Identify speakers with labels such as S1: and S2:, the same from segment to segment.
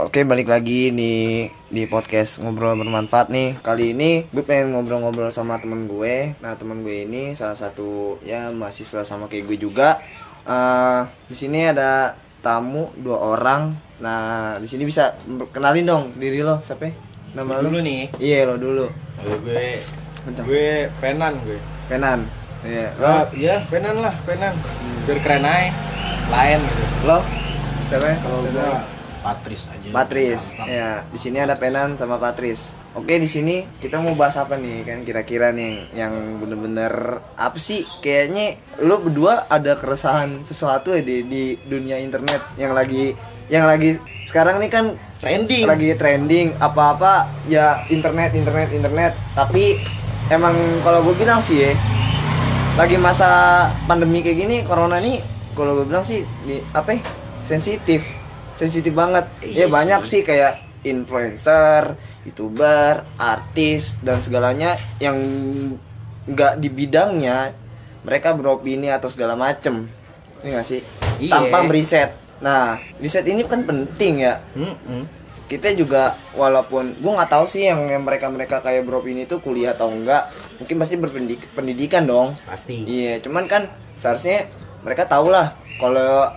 S1: Oke balik lagi di di podcast ngobrol bermanfaat nih kali ini gue pengen ngobrol-ngobrol sama temen gue nah temen gue ini salah satu ya mahasiswa sama kayak gue juga Eh di sini ada tamu dua orang nah di sini bisa kenalin dong diri lo siapa nama
S2: dulu
S1: lo
S2: nih
S1: iya lo dulu
S2: Halo, gue
S1: Kencang.
S2: gue penan gue
S1: Penan iya
S2: Ah,
S1: lo
S2: iya penan lah penan biar keren aja lain gitu
S1: lo siapa
S2: kalau gue Patris aja
S1: Patris. Ya, di sini ada Penan sama Patris. Oke, di sini kita mau bahas apa nih kan kira-kira nih yang bener-bener apa sih? Kayaknya lu berdua ada keresahan sesuatu ya di, di dunia internet yang lagi yang lagi sekarang nih kan
S2: trending
S1: lagi trending apa-apa ya internet internet internet tapi emang kalau gue bilang sih ya lagi masa pandemi kayak gini corona nih kalau gue bilang sih di apa ya, sensitif sensitif banget ya
S2: Iya
S1: banyak sih
S2: sih.
S1: kayak influencer youtuber artis dan segalanya yang nggak di bidangnya mereka beropini atau segala macem ini nggak sih
S2: Iya.
S1: tanpa riset nah riset ini kan penting ya
S2: Mm-mm.
S1: kita juga walaupun gue nggak tahu sih yang yang mereka mereka kayak beropini itu kuliah atau enggak mungkin pasti berpendidikan dong
S2: pasti
S1: iya cuman kan seharusnya mereka tahu lah kalau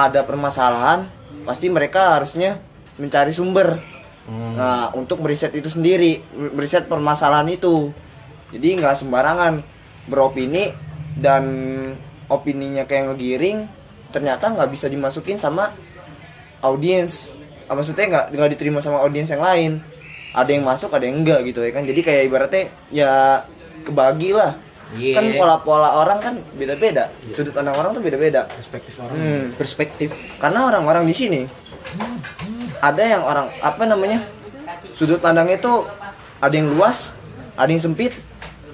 S1: ada permasalahan pasti mereka harusnya mencari sumber
S2: Hmm.
S1: nah untuk meriset itu sendiri mer- meriset permasalahan itu jadi nggak sembarangan beropini dan opininya kayak ngegiring ternyata nggak bisa dimasukin sama audiens Ah, maksudnya nggak nggak diterima sama audiens yang lain ada yang masuk ada yang enggak gitu ya kan jadi kayak ibaratnya ya kebagi lah
S2: Iya.
S1: kan pola-pola orang kan beda-beda sudut pandang orang tuh beda-beda
S2: perspektif
S1: Hmm.
S2: perspektif
S1: karena orang-orang di sini ada yang orang apa namanya sudut pandangnya itu ada yang luas ada yang sempit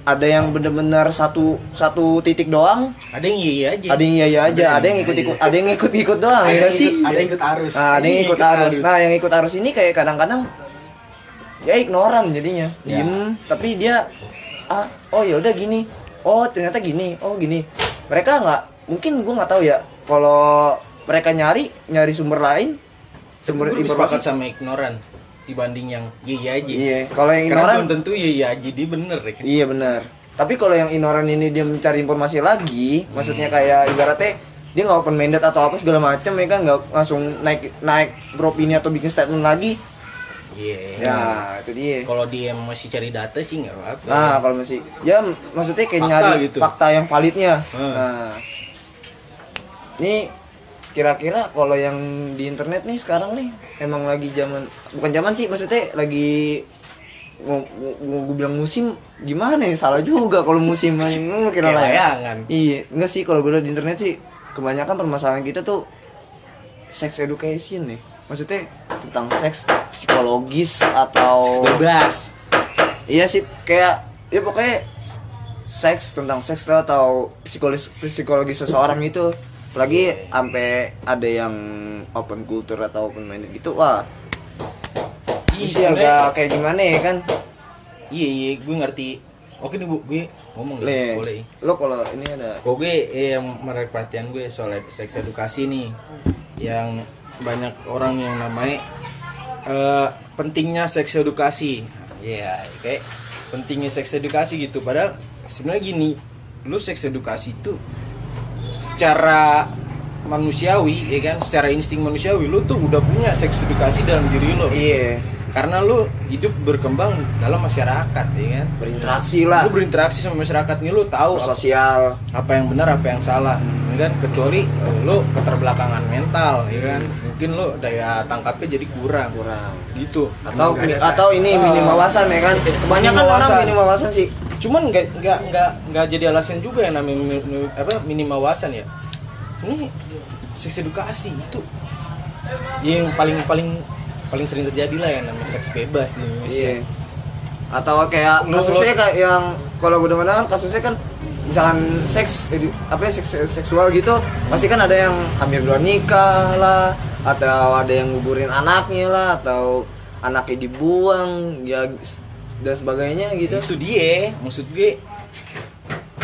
S1: ada yang bener-bener satu satu titik doang
S2: ada yang iya aja
S1: ada yang iya iya aja ada yang ikut ikut ada yang ikut ikut doang
S2: Ada
S1: ya
S2: yang
S1: nggak sih
S2: ikut- ada yang ikut arus
S1: nah, ada yang
S2: Iya,
S1: ikut arus nah yang ikut arus ini kayak kadang-kadang ya ignoran jadinya
S2: Ya.
S1: diem tapi dia ah oh ya udah gini oh ternyata gini oh gini mereka nggak mungkin gue nggak tahu ya kalau mereka nyari nyari sumber lain sumber
S2: Gua lebih
S1: informasi
S2: sepakat sama ignoran dibanding yang iya iya aja
S1: iya kalau yang
S2: karena
S1: ignoran
S2: belum tentu iya iya aja dia bener ya kan?
S1: Iya benar. Tapi kalau yang ignoran ini dia mencari informasi lagi, maksudnya kayak ibaratnya dia nggak open minded atau apa segala macam ya kan nggak langsung naik naik beropini atau bikin statement lagi.
S2: iya
S1: Ya itu dia.
S2: kalau dia masih cari data sih nggak apa-apa
S1: Nah kalau masih ya m- maksudnya kayak
S2: Iya. Fakta
S1: nyari
S2: gitu.
S1: fakta yang validnya.
S2: Hmm.
S1: Nah ini kira-kira kalau yang di internet nih sekarang nih emang lagi zaman bukan zaman sih maksudnya lagi mau gue bilang musim gimana ya salah juga kalau musim main lu kira
S2: Kayak
S1: layangan
S2: layangan.
S1: iya enggak sih kalau gue liat di internet sih kebanyakan permasalahan kita tuh sex education nih maksudnya tentang seks psikologis atau
S2: bebas
S1: Iya sih kayak ya pokoknya seks tentang seks lah atau psikologis psikologi seseorang itu apalagi sampai ada yang open culture atau open minded gitu wah
S2: Ih,
S1: mesti
S2: sebenarnya-
S1: agak kayak gimana ya kan
S2: Iya iya gue ngerti. Oke nih bu, gue ngomong
S1: Le,
S2: nih, boleh.
S1: lo kalau ini ada
S2: Kok gue eh, yang menarik perhatian gue soal ed- seks edukasi nih, yang banyak orang yang namanya eh, pentingnya seks edukasi. Iya, kayak pentingnya seks edukasi gitu. Padahal sebenarnya gini, lu seks edukasi itu secara manusiawi ya kan secara insting manusiawi lu tuh udah punya seks edukasi dalam diri lo
S1: iya
S2: karena lu hidup berkembang dalam masyarakat ya kan
S1: berinteraksi
S2: lu
S1: lah
S2: berinteraksi sama masyarakat nih lu tahu apa,
S1: sosial
S2: apa yang benar apa yang salah ya kan kecuali eh, lu keterbelakangan mental ya kan mungkin lu daya tangkapnya jadi kurang
S1: Iya. kurang
S2: gitu
S1: atau
S2: Cuman nggak-
S1: atau ini
S2: Ah.
S1: minim wawasan ya kan kebanyakan
S2: Minim
S1: orang
S2: wawasan.
S1: minim wawasan sih
S2: cuman nggak nggak nggak nggak jadi alasan juga yang namanya mi- mi- apa minimal wawasan ya ini seks edukasi itu yang paling paling paling sering terjadi lah ya namanya seks bebas di Indonesia
S1: Iya. Atau kayak
S2: Lu-
S1: kasusnya
S2: lu-
S1: kayak yang kalau gue denger kan kasusnya kan misalkan seks edu- apa ya, seks seksual gitu pasti kan ada yang hamil dua nikah lah atau ada yang gugurin anaknya lah atau anaknya dibuang ya dan sebagainya gitu.
S2: itu dia maksud gue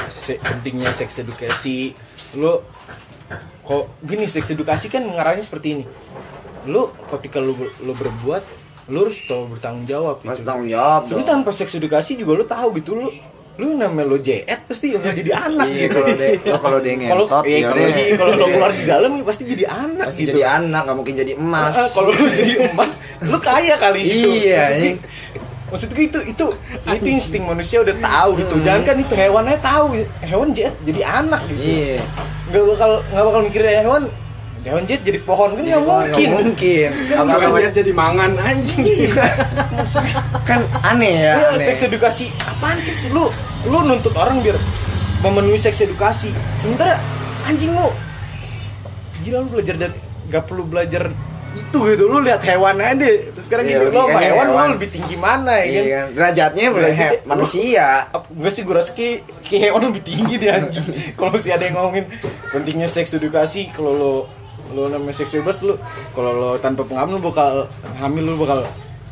S2: se- pentingnya seks edukasi lo kok gini seks edukasi kan mengarahnya seperti ini lu ketika lu, lu berbuat lu harus tahu bertanggung jawab
S1: Mas
S2: gitu.
S1: tanggung jawab
S2: Sebenarnya
S1: dong.
S2: tanpa seks edukasi juga lu tahu gitu lu lu namanya lo JET pasti bakal jadi anak
S1: Iya,
S2: gitu.
S1: kalau de- lo kalau dia
S2: Kalau
S1: ngentot,
S2: iya,
S1: ya
S2: kalau
S1: udah.
S2: di- kalau lo
S1: Iya,
S2: keluar
S1: iya.
S2: di dalam ya pasti jadi anak
S1: pasti
S2: gitu.
S1: jadi anak nggak mungkin jadi emas
S2: Ah, kalau lu jadi emas, lu kaya kali gitu.
S1: Iya,
S2: Maksudnya,
S1: anjing.
S2: maksud gue itu itu itu insting manusia udah tahu gitu.
S1: Hmm.
S2: Jangan kan itu hewannya tahu, hewan jet jadi anak gitu.
S1: iya
S2: Nggak bakal nggak bakal mikirin hewan. Hewan jet jadi pohon kan
S1: Jadi
S2: nggak
S1: kalau nggak
S2: mungkin.
S1: mungkin Iya.
S3: Kan
S1: apa
S3: bukan
S1: apa
S3: dia jadi mangan anjing.
S1: kan aneh ya
S2: Ya,
S1: aneh.
S2: seks edukasi apaan sih lu lu nuntut orang biar memenuhi seks edukasi. Sementara anjing lu gila lu belajar dari nggak perlu belajar itu gitu lu lihat hewan aja terus sekarang
S1: Iya,
S2: gitu lu sama
S1: logikanya
S2: hewan,
S1: hewan.
S2: lu lebih tinggi mana ya
S1: iya
S2: kan
S1: kan derajatnya
S2: Derajatnya-
S1: berhe- manusia
S2: Ap- gue sih gue rasa ki ki hewan lebih tinggi deh anjing kalau masih ada yang ngomongin pentingnya seks edukasi kalau lo lo namanya seks bebas lo kalau lo tanpa pengaman lo bakal hamil lo bakal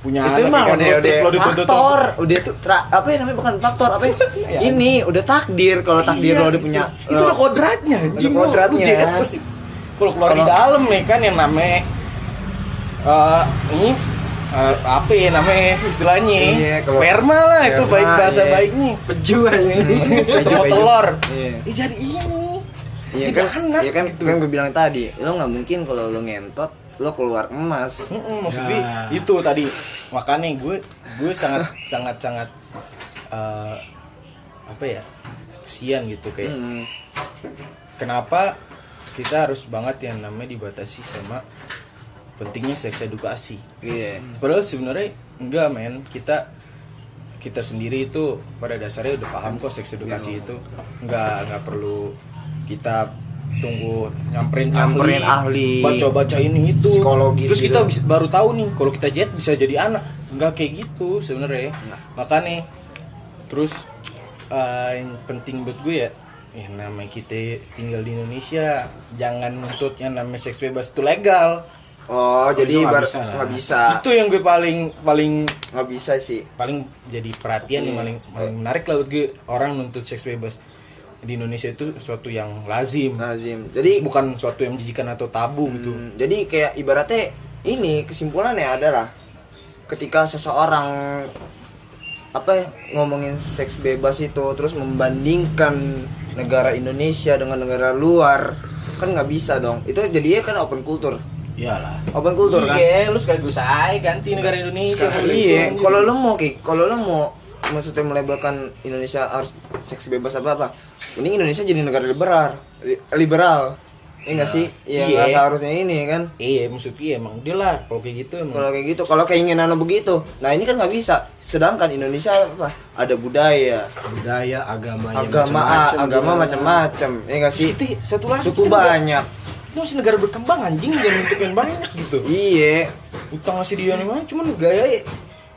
S2: punya
S1: itu
S2: anak,
S1: mah
S2: ya kan?
S1: udah udah
S2: Lo- terus lo dituntut-
S1: faktor udah itu tra- apa ya namanya bukan faktor apa ya?
S2: Iya.
S1: ini udah takdir kalau takdir
S2: Iya,
S1: lo udah punya
S2: itu, itu
S1: lo-
S2: udah kodratnya anjing
S1: Udah kodratnya.
S2: lo, lo JR pasti kalau keluar di
S1: Kalau-
S2: dalam ya kan yang namanya eh ini eh, apa ya namanya istilahnya
S1: Iya, kalau-
S2: sperma lah itu
S1: Sperma,
S2: baik bahasa
S1: iya.
S2: baiknya
S3: Peju anjing.
S2: ketemu
S1: Baju-baju.
S2: telur
S1: Iya.
S2: eh, jadi ini
S1: Iya
S2: jadi
S1: kan,
S2: anak
S1: iya kan,
S2: gitu
S1: kan gue bilang tadi, lo nggak mungkin kalau lo ngentot, lo keluar emas.
S2: Mm-mm, maksud
S1: Nah.
S2: gue
S3: Ya.
S2: itu tadi makanya gue gue sangat sangat sangat eh, apa ya kesian gitu kayak
S1: Hmm.
S2: kenapa kita harus banget yang namanya dibatasi sama pentingnya seks edukasi.
S1: Iya.
S2: Padahal sebenarnya enggak men, kita kita sendiri itu pada dasarnya udah paham kok seks edukasi
S1: Iya.
S2: itu enggak enggak perlu kita tunggu nyamperin
S1: Nyamperin ahli.
S2: baca-baca ini itu
S1: Psikologis
S2: terus
S1: gitu.
S2: kita bis- baru tahu nih kalau kita jet bisa jadi anak enggak kayak gitu sebenarnya
S1: Enggak.
S2: makanya terus eh, yang penting buat gue ya ya namanya kita tinggal di Indonesia jangan nuntut yang namanya seks bebas itu legal
S1: Oh, jadi
S3: itu nggak
S1: bar-
S3: bisa lah.
S1: nggak bisa,
S2: itu yang gue paling paling
S1: nggak bisa. sih.
S2: paling jadi perhatian yang
S1: Iya.
S2: paling, paling menarik lah buat gue orang nuntut seks bebas di Indonesia itu suatu yang lazim
S1: Lazim. Nah,
S2: jadi
S1: Jadi
S2: bukan suatu yang menjijikan atau tabu gitu
S1: Hmm, jadi kayak ibaratnya ini kesimpulannya adalah ketika seseorang apa ya, ngomongin seks bebas itu terus membandingkan negara Indonesia dengan negara luar kan nggak bisa dong itu jadinya kan open culture
S2: iyalah
S1: open culture kan
S2: iya lu sekaligus aja ganti negara Indonesia
S3: Sekali.
S2: boleh
S1: iya
S2: gitu.
S1: kalau lo mau kayak kalau lo mau maksudnya melabelkan Indonesia harus seks bebas apa apa mending Indonesia jadi negara liberal li- liberal Iya nggak sih ya nggak
S2: Iya.
S1: seharusnya ini kan
S2: iya maksud gue emang dia lah kalau kayak gitu emang
S1: kalau kayak gitu kalau keinginan lo begitu nah ini kan nggak bisa sedangkan Indonesia apa ada budaya
S2: Iya,
S3: Budaya agama
S1: agama
S3: macam-macam
S1: agama
S3: gitu.
S1: macam-macam ya nggak sih
S2: Terus kita- satu lagi
S1: suku
S2: kita negara-
S1: banyak
S2: itu masih negara berkembang anjing jangan nuntut yang banyak gitu
S1: iya
S2: utang masih dia nih mah cuman gaya ya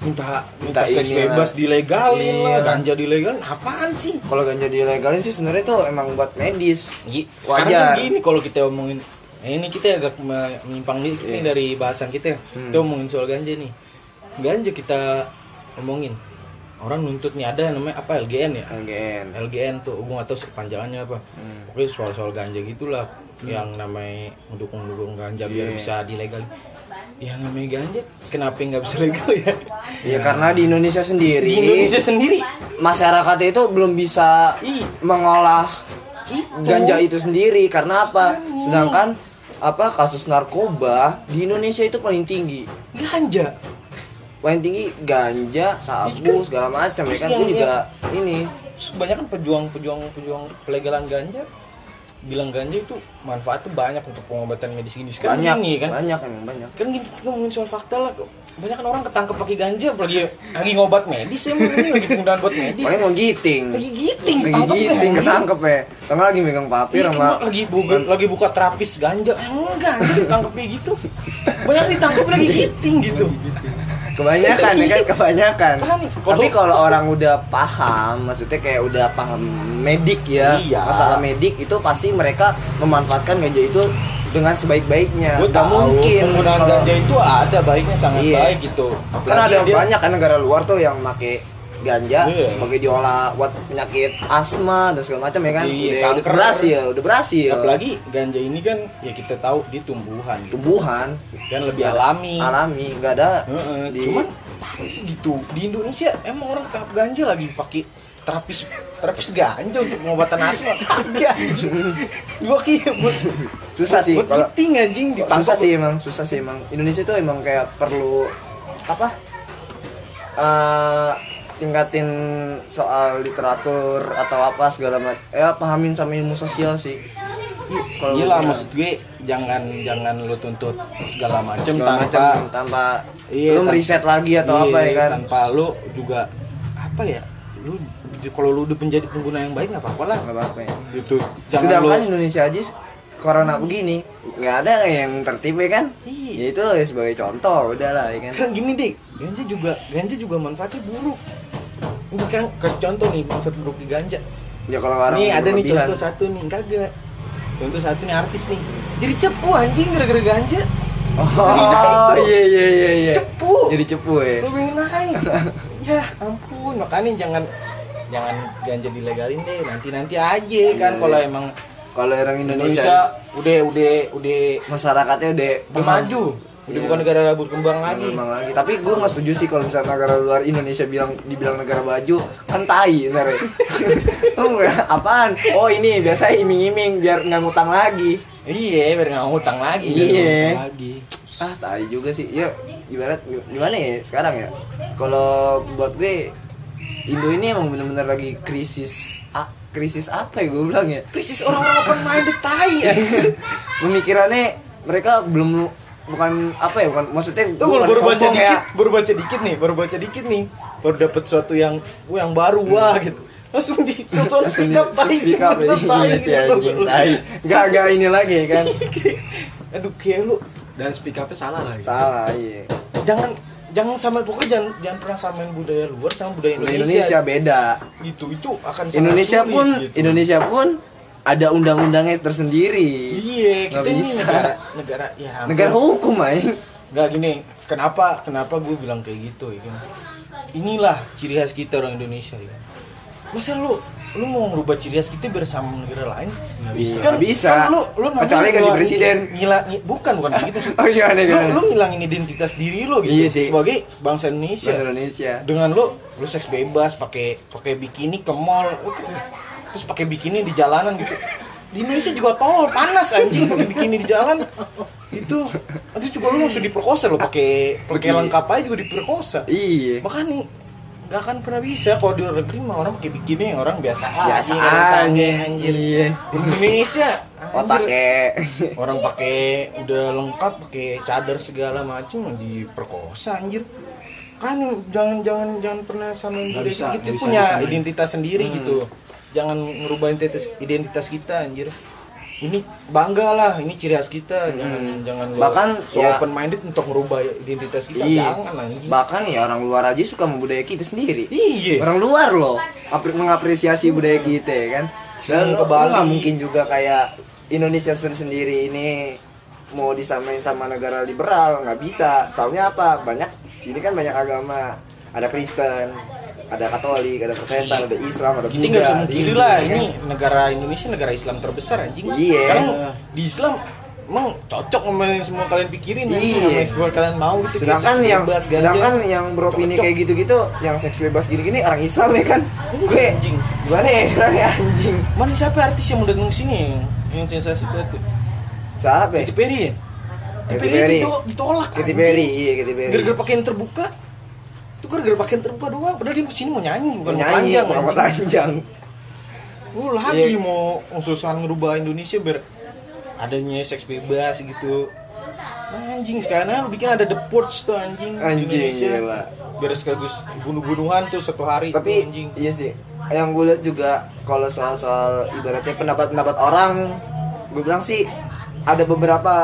S2: minta minta,
S1: Minta
S2: seks
S1: ini
S2: bebas
S1: lah.
S2: dilegalin lah
S1: Iya.
S2: ganja dilegalin apaan sih
S1: kalau ganja dilegalin sih sebenarnya itu emang buat medis
S2: Gi-
S1: Wajar.
S2: sekarang kan gini kalau kita omongin eh, ini kita agak me- menyimpang dikit nih
S1: Iya.
S2: dari bahasan kita ya.
S1: Hmm.
S2: kita omongin soal ganja nih ganja kita omongin orang nuntut nih ada namanya apa LGN ya
S1: LGN
S2: LGN tuh gue atau panjangannya apa
S1: Hmm.
S2: pokoknya soal-soal ganja gitulah yang namanya mendukung-dukung ganja biar
S1: Iya.
S2: bisa dilegal yang namanya ganja kenapa nggak bisa legal ya
S1: ya karena di Indonesia sendiri
S2: di Indonesia sendiri
S1: masyarakat itu belum bisa
S2: Ih, Oh.
S1: mengolah
S2: Gitu.
S1: ganja itu sendiri karena apa sedangkan apa kasus narkoba di Indonesia itu paling tinggi
S2: ganja
S1: paling tinggi ganja
S2: Iya,
S1: sabu segala macam ya kan gue juga ini
S2: kebanyakan kan pejuang-pejuang pejuang pelegalan ganja bilang ganja itu manfaatnya banyak untuk pengobatan medis gini sekarang
S1: banyak
S2: gini kan
S1: banyak emang banyak
S2: kan gini kita ngomongin soal fakta lah kok banyak kan orang ketangkep pakai ganja apalagi lagi ngobat medis emang ini lagi penggunaan buat medis
S1: paling mau giting
S2: lagi giting
S1: lagi
S2: tangkep
S1: giting
S2: ya.
S1: ketangkep ya tengah lagi megang papir
S2: Iya,
S1: sama
S2: kayak lagi buka, lagi buka terapis ganja Eh, enggak anjir ditangkep kayak gitu banyak ditangkep lagi giting gitu
S1: kebanyakan ya kan kebanyakan
S2: Kan, kalau-
S1: tapi kalau orang udah paham maksudnya kayak udah paham medik ya
S2: Iya.
S1: masalah medik itu pasti mereka memanfaatkan ganja itu dengan sebaik-baiknya
S2: gue
S1: Nggak
S2: tahu mungkin penggunaan
S1: kalau-
S2: ganja itu ada baiknya sangat
S1: Iya.
S2: baik gitu
S1: karena ada
S2: Apalagi dia-
S1: banyak kan negara luar tuh yang make ganja
S2: Iya.
S1: sebagai diolah buat penyakit asma dan segala macam ya kan
S2: Iya,
S1: udah, udah
S2: kanker.
S1: berhasil udah berhasil
S2: apalagi ganja ini kan ya kita tahu di tumbuhan gitu.
S1: tumbuhan
S2: kan lebih alami
S1: alami nggak ada
S2: Heeh,
S1: Iya. di
S2: cuman tadi gitu di Indonesia emang orang tahap ganja lagi pakai terapis terapis ganja untuk pengobatan asma kagak anjing gua kira buat
S1: susah sih
S2: buat
S1: kalau
S2: eating, anjing ditangkap
S1: susah sih emang susah sih emang Indonesia itu emang kayak perlu apa eh tingkatin soal literatur atau apa segala macam ya pahamin sama ilmu sosial sih Kalau
S2: Iya lah
S1: gua-
S2: maksud gue jangan jangan lu tuntut segala macem
S1: segala
S2: tanpa
S1: macam tanpa
S2: Iya,
S1: lu
S2: tan-
S1: meriset lagi atau
S2: Iya,
S1: apa ya kan
S2: tanpa lu juga apa ya lu kalau lu udah menjadi pengguna yang baik nggak apa-apa lah
S1: nggak apa-apa ya
S2: gitu
S1: sedangkan
S2: lu-
S1: Indonesia aja s- corona begini nggak ada yang tertib ya kan
S2: Iya.
S1: ya itu ya sebagai contoh udahlah ya kan
S2: Kan gini deh, ganja juga ganja juga manfaatnya buruk. Ini kan kasih contoh nih manfaat buruk di ganja.
S1: ya kalau orang
S2: nih ada nih
S1: berlebihan.
S2: contoh satu nih kagak. Contoh satu nih artis nih. Jadi cepu anjing gara-gara ganja.
S1: oh
S2: Itu.
S1: iya iya iya iya
S2: Cepu.
S1: jadi cepu ya
S2: Lu pengen naik. ya ampun, makanya jangan jangan ganja dilegalin deh. Nanti-nanti aja kan
S1: Iya.
S2: kalau emang
S1: kalau orang Indonesia,
S2: Indonesia udah udah udah
S1: masyarakatnya udah paham.
S2: maju. Udah
S1: Iya.
S2: bukan negara berkembang lagi.
S1: Memang lagi. Tapi gue nggak setuju sih kalau misalnya negara luar Indonesia bilang dibilang negara baju kan tai ntar ya. Lu nggak- apaan? Oh ini biasanya iming-iming biar nggak ngutang lagi.
S2: Iya, biar nggak ngutang lagi. biar
S1: Iya.
S2: nggak ngutang Lagi.
S1: Ah tai juga sih. Ya ibarat gimana ya sekarang ya. Kalau buat gue Indo ini emang bener-bener lagi krisis ah, krisis apa ya gue bilang ya
S2: Krisis orang-orang open minded tai.
S1: Iya.
S2: anjing.
S1: pemikirannya mereka belum bukan apa ya bukan maksudnya
S2: Tuh
S1: bukan
S2: baru, baru baca
S1: sombong ya.
S2: dikit, baru baca dikit nih, baru baca dikit nih, baru dapet suatu yang, wah yang baru, wah gitu. Langsung di sosok speak up,
S1: Iya.
S2: tai,
S1: Speak up,
S2: bener, tai,
S1: iya sih
S2: gitu.
S1: anjing tai gak gak ini lagi kan
S2: Aduh, kayak lu
S3: Dan speak up-nya salah lagi.
S1: salah iya
S2: jangan jangan sama pokoknya jangan jangan pernah samain budaya luar sama budaya
S1: Budaya
S2: Indonesia.
S1: Indonesia beda
S2: Gitu, itu akan sangat
S1: Indonesia
S2: sulit,
S1: pun
S2: gitu.
S1: Indonesia pun ada undang-undangnya tersendiri
S2: Iya,
S1: Nggak
S2: kita ini
S1: bisa.
S2: negara negara ya. ampun.
S1: negara hukum aja
S2: Enggak gini, kenapa kenapa gue bilang kayak gitu ya kan? Inilah ciri khas kita orang Indonesia ya. kan? Masa lu lu mau ngubah ciri khas kita bersama negara lain? Kan-
S3: Nggak bisa.
S1: Nggak bisa.
S2: lu lu namanya
S1: Kecuali ganti
S2: ngilangin-
S1: presiden.
S2: Ngila, ngi- bukan bukan begitu. sih.
S1: oh gimana
S2: lu,
S1: gimana
S2: lu ngilangin identitas diri lu gitu
S1: Iya sih.
S2: sebagai bangsa Indonesia.
S1: Bahasa Indonesia
S2: Dengan lu lu seks bebas pakai pakai bikini ke mall oke. terus pakai bikini di jalanan gitu. Di Indonesia juga tol panas anjing pakai bikini di jalan. Itu itu juga lu langsung diperkosa lu pakai pakai
S1: Bikini.
S2: lengkap aja juga diperkosa.
S1: iya
S2: Makanya nggak akan pernah bisa kalau di luar negeri mah orang pakai bikini orang iya, biasa
S1: biasa
S2: anjing, ada sange,
S1: aja
S2: anjir.
S1: iya
S2: Di Indonesia anjir.
S1: otaknya
S2: orang pakai udah lengkap pakai cadar segala macam diperkosa anjir kan jangan jangan jangan pernah sama
S3: Nggak
S2: budaya
S3: bisa,
S2: kita
S3: nggak bisa
S2: punya
S3: disamain.
S2: identitas sendiri
S1: Hmm.
S2: gitu jangan ngerubah identitas identitas kita anjir ini bangga lah ini ciri khas kita jangan
S1: Hmm.
S2: jangan lo
S1: Bahkan,
S2: so
S1: ya-
S2: open minded untuk merubah identitas kita
S1: Iya.
S2: jangan anjir
S1: bahkan ya orang luar aja suka membudaya kita sendiri
S2: iya
S1: orang luar loh apri- mengapresiasi budaya kita ya kan dan
S2: Sini
S1: lo
S2: ke Bali.
S1: nggak mungkin juga kayak Indonesia sendiri ini mau disamain sama negara liberal nggak bisa soalnya apa banyak sini kan banyak agama ada Kristen ada Katolik ada Protestan ada Islam ada
S2: kita nggak bisa
S1: Buddha
S2: mungkiri
S1: Hindu,
S2: lah
S1: ya
S2: ini
S1: kan?
S2: negara Indonesia negara Islam terbesar anjing
S1: Iya.
S2: Sekarang di Islam emang cocok sama yang semua kalian pikirin anjing,
S1: Iya.
S2: sama yang semua kalian mau gitu kayak
S1: sedangkan
S2: seks
S1: yang
S2: bebas, ganja.
S1: sedangkan yang beropini
S2: Cocok.
S1: kayak gitu-gitu yang seks bebas gini-gini orang Islam ya kan
S2: Iya,
S1: gue
S2: anjing.
S1: gimana ya orang ya, anjing
S2: mana siapa artis yang mau datang ke sini yang, yang sensasi banget tuh
S1: siapa ya?
S2: Katy Perry ya
S1: Katy
S2: Katy Perry,
S1: Perry.
S2: dito- ditolak
S1: Katy
S2: anjing.
S1: Perry iya Katy Perry
S2: gara-gara pakaian terbuka itu gara-gara pakaian terbuka doang padahal dia kesini mau nyanyi bukan mau
S1: nyanyi
S2: panjang
S1: rambut panjang
S2: lu lagi
S1: Iya.
S2: mau ususan ngerubah Indonesia biar adanya seks bebas gitu Nah, anjing sekarang lu bikin ada the porch tuh anjing di
S1: Anjing,
S2: Indonesia
S1: gila.
S2: biar sekaligus bunuh-bunuhan tuh satu hari
S1: tapi
S2: tuh, anjing
S1: iya sih yang gue lihat juga kalau soal-soal ibaratnya pendapat-pendapat orang gue bilang sih ada beberapa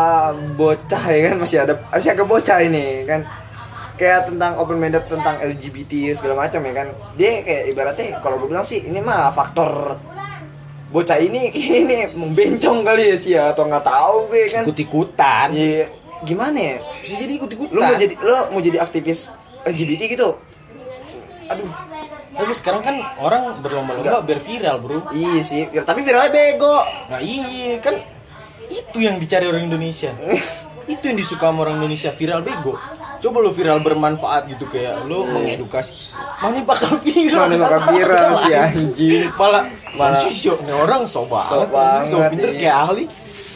S1: bocah ya kan masih ada masih agak bocah ini kan kayak tentang open minded tentang LGBT segala macam ya kan dia kayak ibaratnya kalau gue bilang sih ini mah faktor bocah ini kayak ini membencong kali ya sih ya, atau nggak tahu gue kan
S2: ikut-ikutan
S1: Iya, gimana ya
S2: bisa Nah. jadi ikut-ikutan
S1: lu mau jadi lu mau jadi aktivis LGBT gitu aduh
S2: Tapi sekarang kan orang berlomba-lomba biar viral, bro.
S1: Iya sih, ya, tapi viralnya bego.
S2: Nah iya kan itu yang dicari orang Indonesia. itu yang disuka sama orang Indonesia viral bego. Coba lu viral bermanfaat gitu kayak lu mengedukasi. Mana bakal viral?
S1: Hmm. Mana bakal viral sih, anjing.
S2: Malah malah
S1: Malah-
S2: sih syok nih orang so banget.
S1: So banget,
S2: so pinter
S1: iya.
S2: kayak ahli.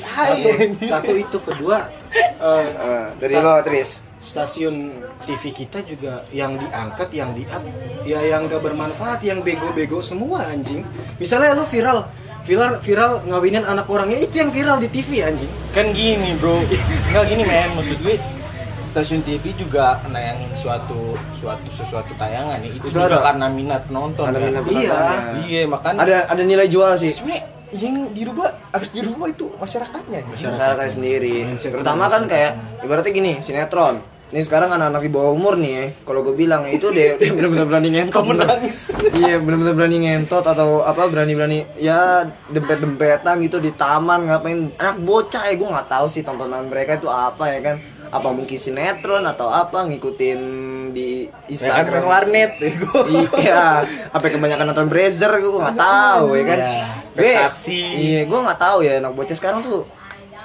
S2: Hai,
S3: Satu,
S2: anjing.
S3: satu itu kedua eh,
S1: Eh, dari lo, Tris.
S3: stasiun TV kita juga yang diangkat, yang di up, ya yang gak bermanfaat, yang bego-bego semua anjing. Misalnya lu viral, viral viral ngawinin anak orang ya itu yang viral di TV anjing.
S2: kan gini bro nggak gini men maksud gue stasiun TV juga nayangin suatu suatu sesuatu tayangan nih itu
S1: Itu
S2: juga
S1: ada.
S2: karena minat nonton
S1: Ada
S2: kan?
S1: minat
S2: iya
S1: penontonnya.
S2: iya makanya
S1: Ada ada nilai jual sih.
S2: sebenarnya yang dirubah harus dirubah itu masyarakatnya
S1: Masyarakatnya sendiri. Terutama kan kayak ibaratnya gini, sinetron. Ini sekarang anak-anak di bawah umur nih, ya. kalau gue bilang itu dia, dia benar-benar berani ngentot.
S2: kamu
S1: bener.
S2: nangis
S1: iya, benar-benar berani ngentot atau apa berani-berani ya dempet-dempetan gitu di taman ngapain anak bocah ya gue nggak tahu sih tontonan mereka itu apa ya kan apa mungkin sinetron atau apa ngikutin di
S2: ya kan main
S1: Instagram
S2: warnet ya gue
S1: iya apa kebanyakan nonton Brazzer gue nggak tahu ya kan
S2: Iya,
S1: gue
S2: naik taksi.
S1: iya gue nggak tahu ya anak bocah sekarang tuh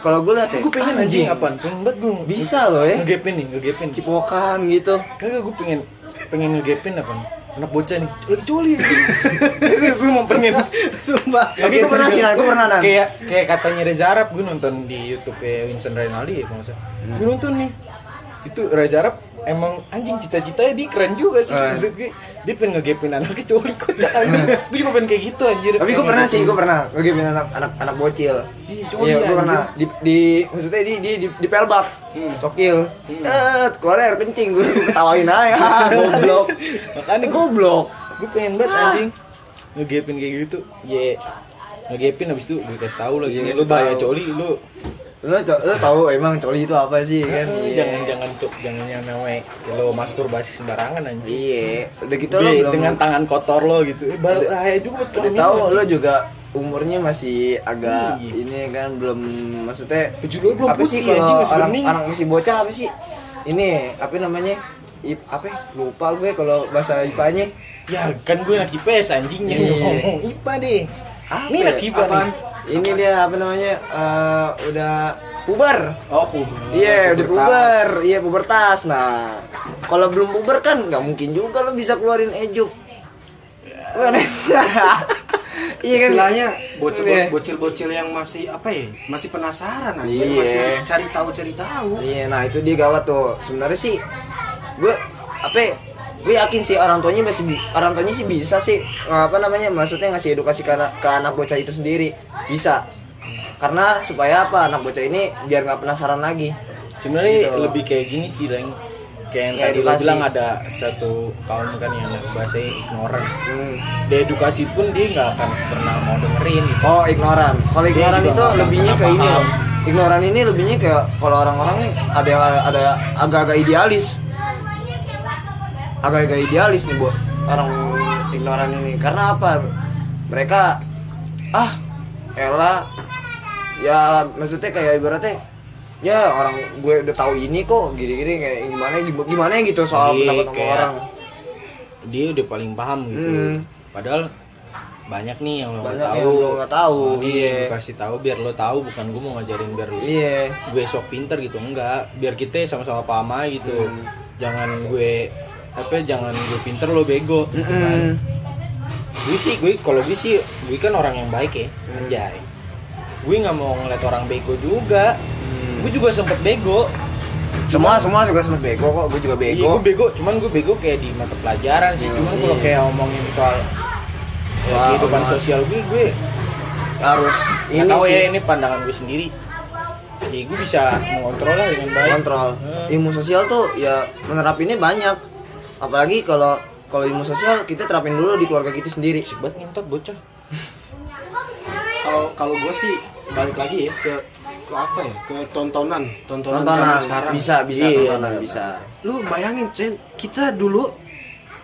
S1: kalau gue lihat ya
S2: gue pengen anjing apaan pengen banget gue
S1: bisa loh ya
S2: ngegepin nih ngegepin
S1: cipokan gitu
S2: kagak gue pengen pengen ngegepin apa anak bocah nih lagi coli anjing. gue mau pengen gitu.
S3: Sumpah.
S1: tapi gue pernah sih gue pernah nang
S2: kayak kayak katanya Reza Arab gue nonton di YouTube ya Winston Reynaldi ya kalau nggak salah.
S1: Hmm.
S2: gue nonton nih itu Reza Arab emang anjing cita-citanya dia keren juga sih
S1: Eh. Hmm.
S2: maksud gue dia pengen ngegepin anak kecuali kocak anjing gue juga pengen kayak gitu anjir
S1: tapi gue
S2: Pengen
S1: pernah sih
S2: ngegepin.
S1: gue pernah gue gini anak anak anak bocil
S2: Iya,
S1: iya gue
S2: coli, anjing. Hmm.
S1: pernah di, di maksudnya di di di, di pelbak cokil set keluar air kencing gue ketawain aja ah, goblok
S2: makanya gue
S1: goblok
S2: gue pengen banget
S1: Ah.
S2: anjing ngegepin kayak gitu ye ngegepin habis itu gue kasih tahu
S1: Iya,
S2: lagi nih,
S1: kasih
S2: lu bahaya
S1: tahu.
S2: coli lu
S1: lo tau lo tau emang coli itu apa sih kan Iya.
S2: jangan jangan tuh jangan yang namanya lo masturbasi sembarangan anjing
S1: Iya, udah gitu lo
S2: Be,
S1: belum
S2: dengan tangan kotor lo gitu. Eh, baru bahaya juga buat
S1: udah
S2: kelamin,
S1: tahu
S2: anjing.
S1: lo juga umurnya masih agak
S2: Iya.
S1: ini kan belum maksudnya
S2: Baju lo belum
S1: apa sih
S2: putih, anjing,
S1: kalau
S2: masih
S1: anak,
S2: bening.
S1: anak masih bocah apa sih ini apa namanya Ip, apa ya? lupa gue kalau bahasa IPA-nya
S2: Ya kan gue anak IPS anjing yang
S1: Iya.
S2: ngomong IPA deh.
S1: apa
S2: Ini
S1: ya?
S2: anak IPA
S1: Apaan?
S2: nih.
S1: ini dia apa namanya eh, udah puber
S3: Oh, aku.
S1: Iya, udah puber. Iya, pubertas. Nah, kalau belum puber kan nggak mungkin juga lo bisa keluarin ejuk. Iya kan?
S3: Istilahnya
S1: Iya.
S3: bocil- bocil-bocil yang masih apa ya? Masih penasaran anjing,
S1: Iya.
S3: masih cari tahu cari tahu.
S1: Iya, nah itu dia gawat tuh. Sebenarnya sih gue apa ya, gue yakin sih orang tuanya masih bi- orang tuanya sih bisa sih apa namanya maksudnya ngasih edukasi ke, anak- ke anak bocah itu sendiri bisa karena supaya apa anak bocah ini biar nggak penasaran lagi
S2: Sebenarnya
S1: Gitu.
S2: lebih kayak gini sih Reng. Kayak yang
S1: Kayak
S2: tadi lo
S1: edukasi.
S2: bilang ada satu kaum kan yang bahasanya ignoran.
S1: Hmm.
S2: Dia edukasi pun dia nggak akan pernah mau dengerin gitu.
S1: Oh, ignoran. Kalau
S2: Dia
S1: ignoran
S2: juga
S1: itu
S2: nggak
S1: lebihnya
S2: pernah
S1: ke ini. ya.
S2: paham.
S1: Ignoran ini lebihnya kayak kalau orang-orang nih ada yang ada agak-agak idealis. Agak-agak idealis nih, Bu. Orang ignoran ini. Karena apa? Mereka ah, Ella ya maksudnya kayak ibaratnya ya orang gue udah tahu ini kok gini-gini kayak gimana gimana gitu soal
S2: Jadi
S1: pendapat sama
S2: Iya, kayak-
S1: orang.
S2: Dia udah paling paham gitu.
S1: Hmm.
S2: Padahal banyak nih yang lo nggak
S1: Banyak yang
S2: tahu.
S1: lo nggak tahu,
S2: Nah, ini
S1: iya.
S2: gue Kasih tahu biar lo tahu bukan gue mau ngajarin biar lo
S1: Iya.
S2: gue sok pinter gitu enggak biar kita sama-sama paham aja gitu
S1: Hmm.
S2: jangan gue apa jangan gue pinter lo bego gitu kan.
S1: Mm-mm.
S2: gue sih gue kalau gue sih gue kan orang yang baik ya
S1: Hmm.
S2: anjay gue nggak mau ngeliat orang bego juga
S1: Hmm.
S2: gue juga sempet bego
S1: Semua semua juga sempet bego kok, gue juga
S2: Iya,
S1: bego.
S2: gue bego cuman gue bego kayak di mata pelajaran sih
S1: Iya,
S2: cuman kalau
S1: iya.
S2: kayak omongin soal ya,
S1: Wah,
S2: kehidupan
S1: omongan.
S2: sosial gue gue
S1: Harus
S2: ini
S1: ini
S2: tahu
S1: sih.
S2: ya ini pandangan gue sendiri ya gue bisa mengontrol lah dengan baik
S1: kontrol
S2: Eh.
S1: ilmu sosial tuh ya menerapinnya banyak apalagi kalau kalau ilmu sosial kita terapin dulu di keluarga kita sendiri
S2: Asik banget ngentot bocah
S3: Kalau kalau gue sih balik lagi ya ke ke apa ya? Ke tontonan, tontonan, zaman
S1: tontonan
S3: sekarang.
S1: bisa bisa
S2: Iya,
S1: tontonan
S2: benar.
S1: bisa
S3: Lu bayangin, Cen, kita dulu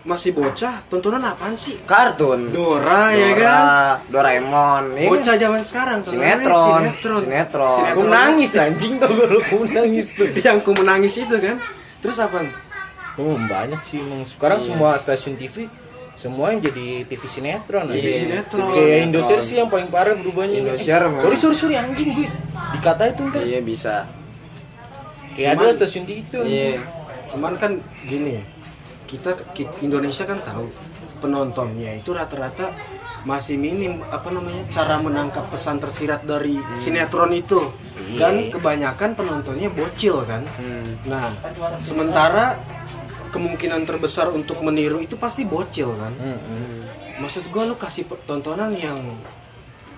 S3: masih bocah, tontonan apaan sih?
S1: kartun
S3: Dora, ya
S1: Dora,
S3: kan?
S1: Doraemon ini
S3: Bocah zaman sekarang tontonannya
S1: Sinetron,
S3: sinetron.
S1: sinetron.
S2: Aku nangis anjing tau gue lu aku nangis tuh
S3: yang ku menangis itu kan. Terus apa?
S2: Oh banyak sih emang sekarang semua stasiun TV
S4: semuanya jadi TV sinetron
S3: Iya,
S4: aja.
S3: sinetron.
S4: kayak Indosiar sih yang paling parah berubahnya
S1: Indosiar,
S4: Eh,
S1: emang.
S4: sorry sorry sorry anjing gue dikatain tuh kan
S1: Iya bisa.
S4: kayak
S3: Cuman-
S4: ada stasiun di itu
S1: Iya.
S3: Cuman kan gini ya, kita, ki- Indonesia kan tahu penontonnya itu rata-rata masih minim apa namanya cara menangkap pesan tersirat dari
S1: Hmm.
S3: sinetron itu
S4: Iya.
S3: dan kebanyakan penontonnya bocil kan.
S1: Hmm.
S3: Nah, sementara kemungkinan terbesar untuk meniru itu pasti bocil kan.
S4: Mm-mm.
S3: Maksud gua lu kasih pe- tontonan yang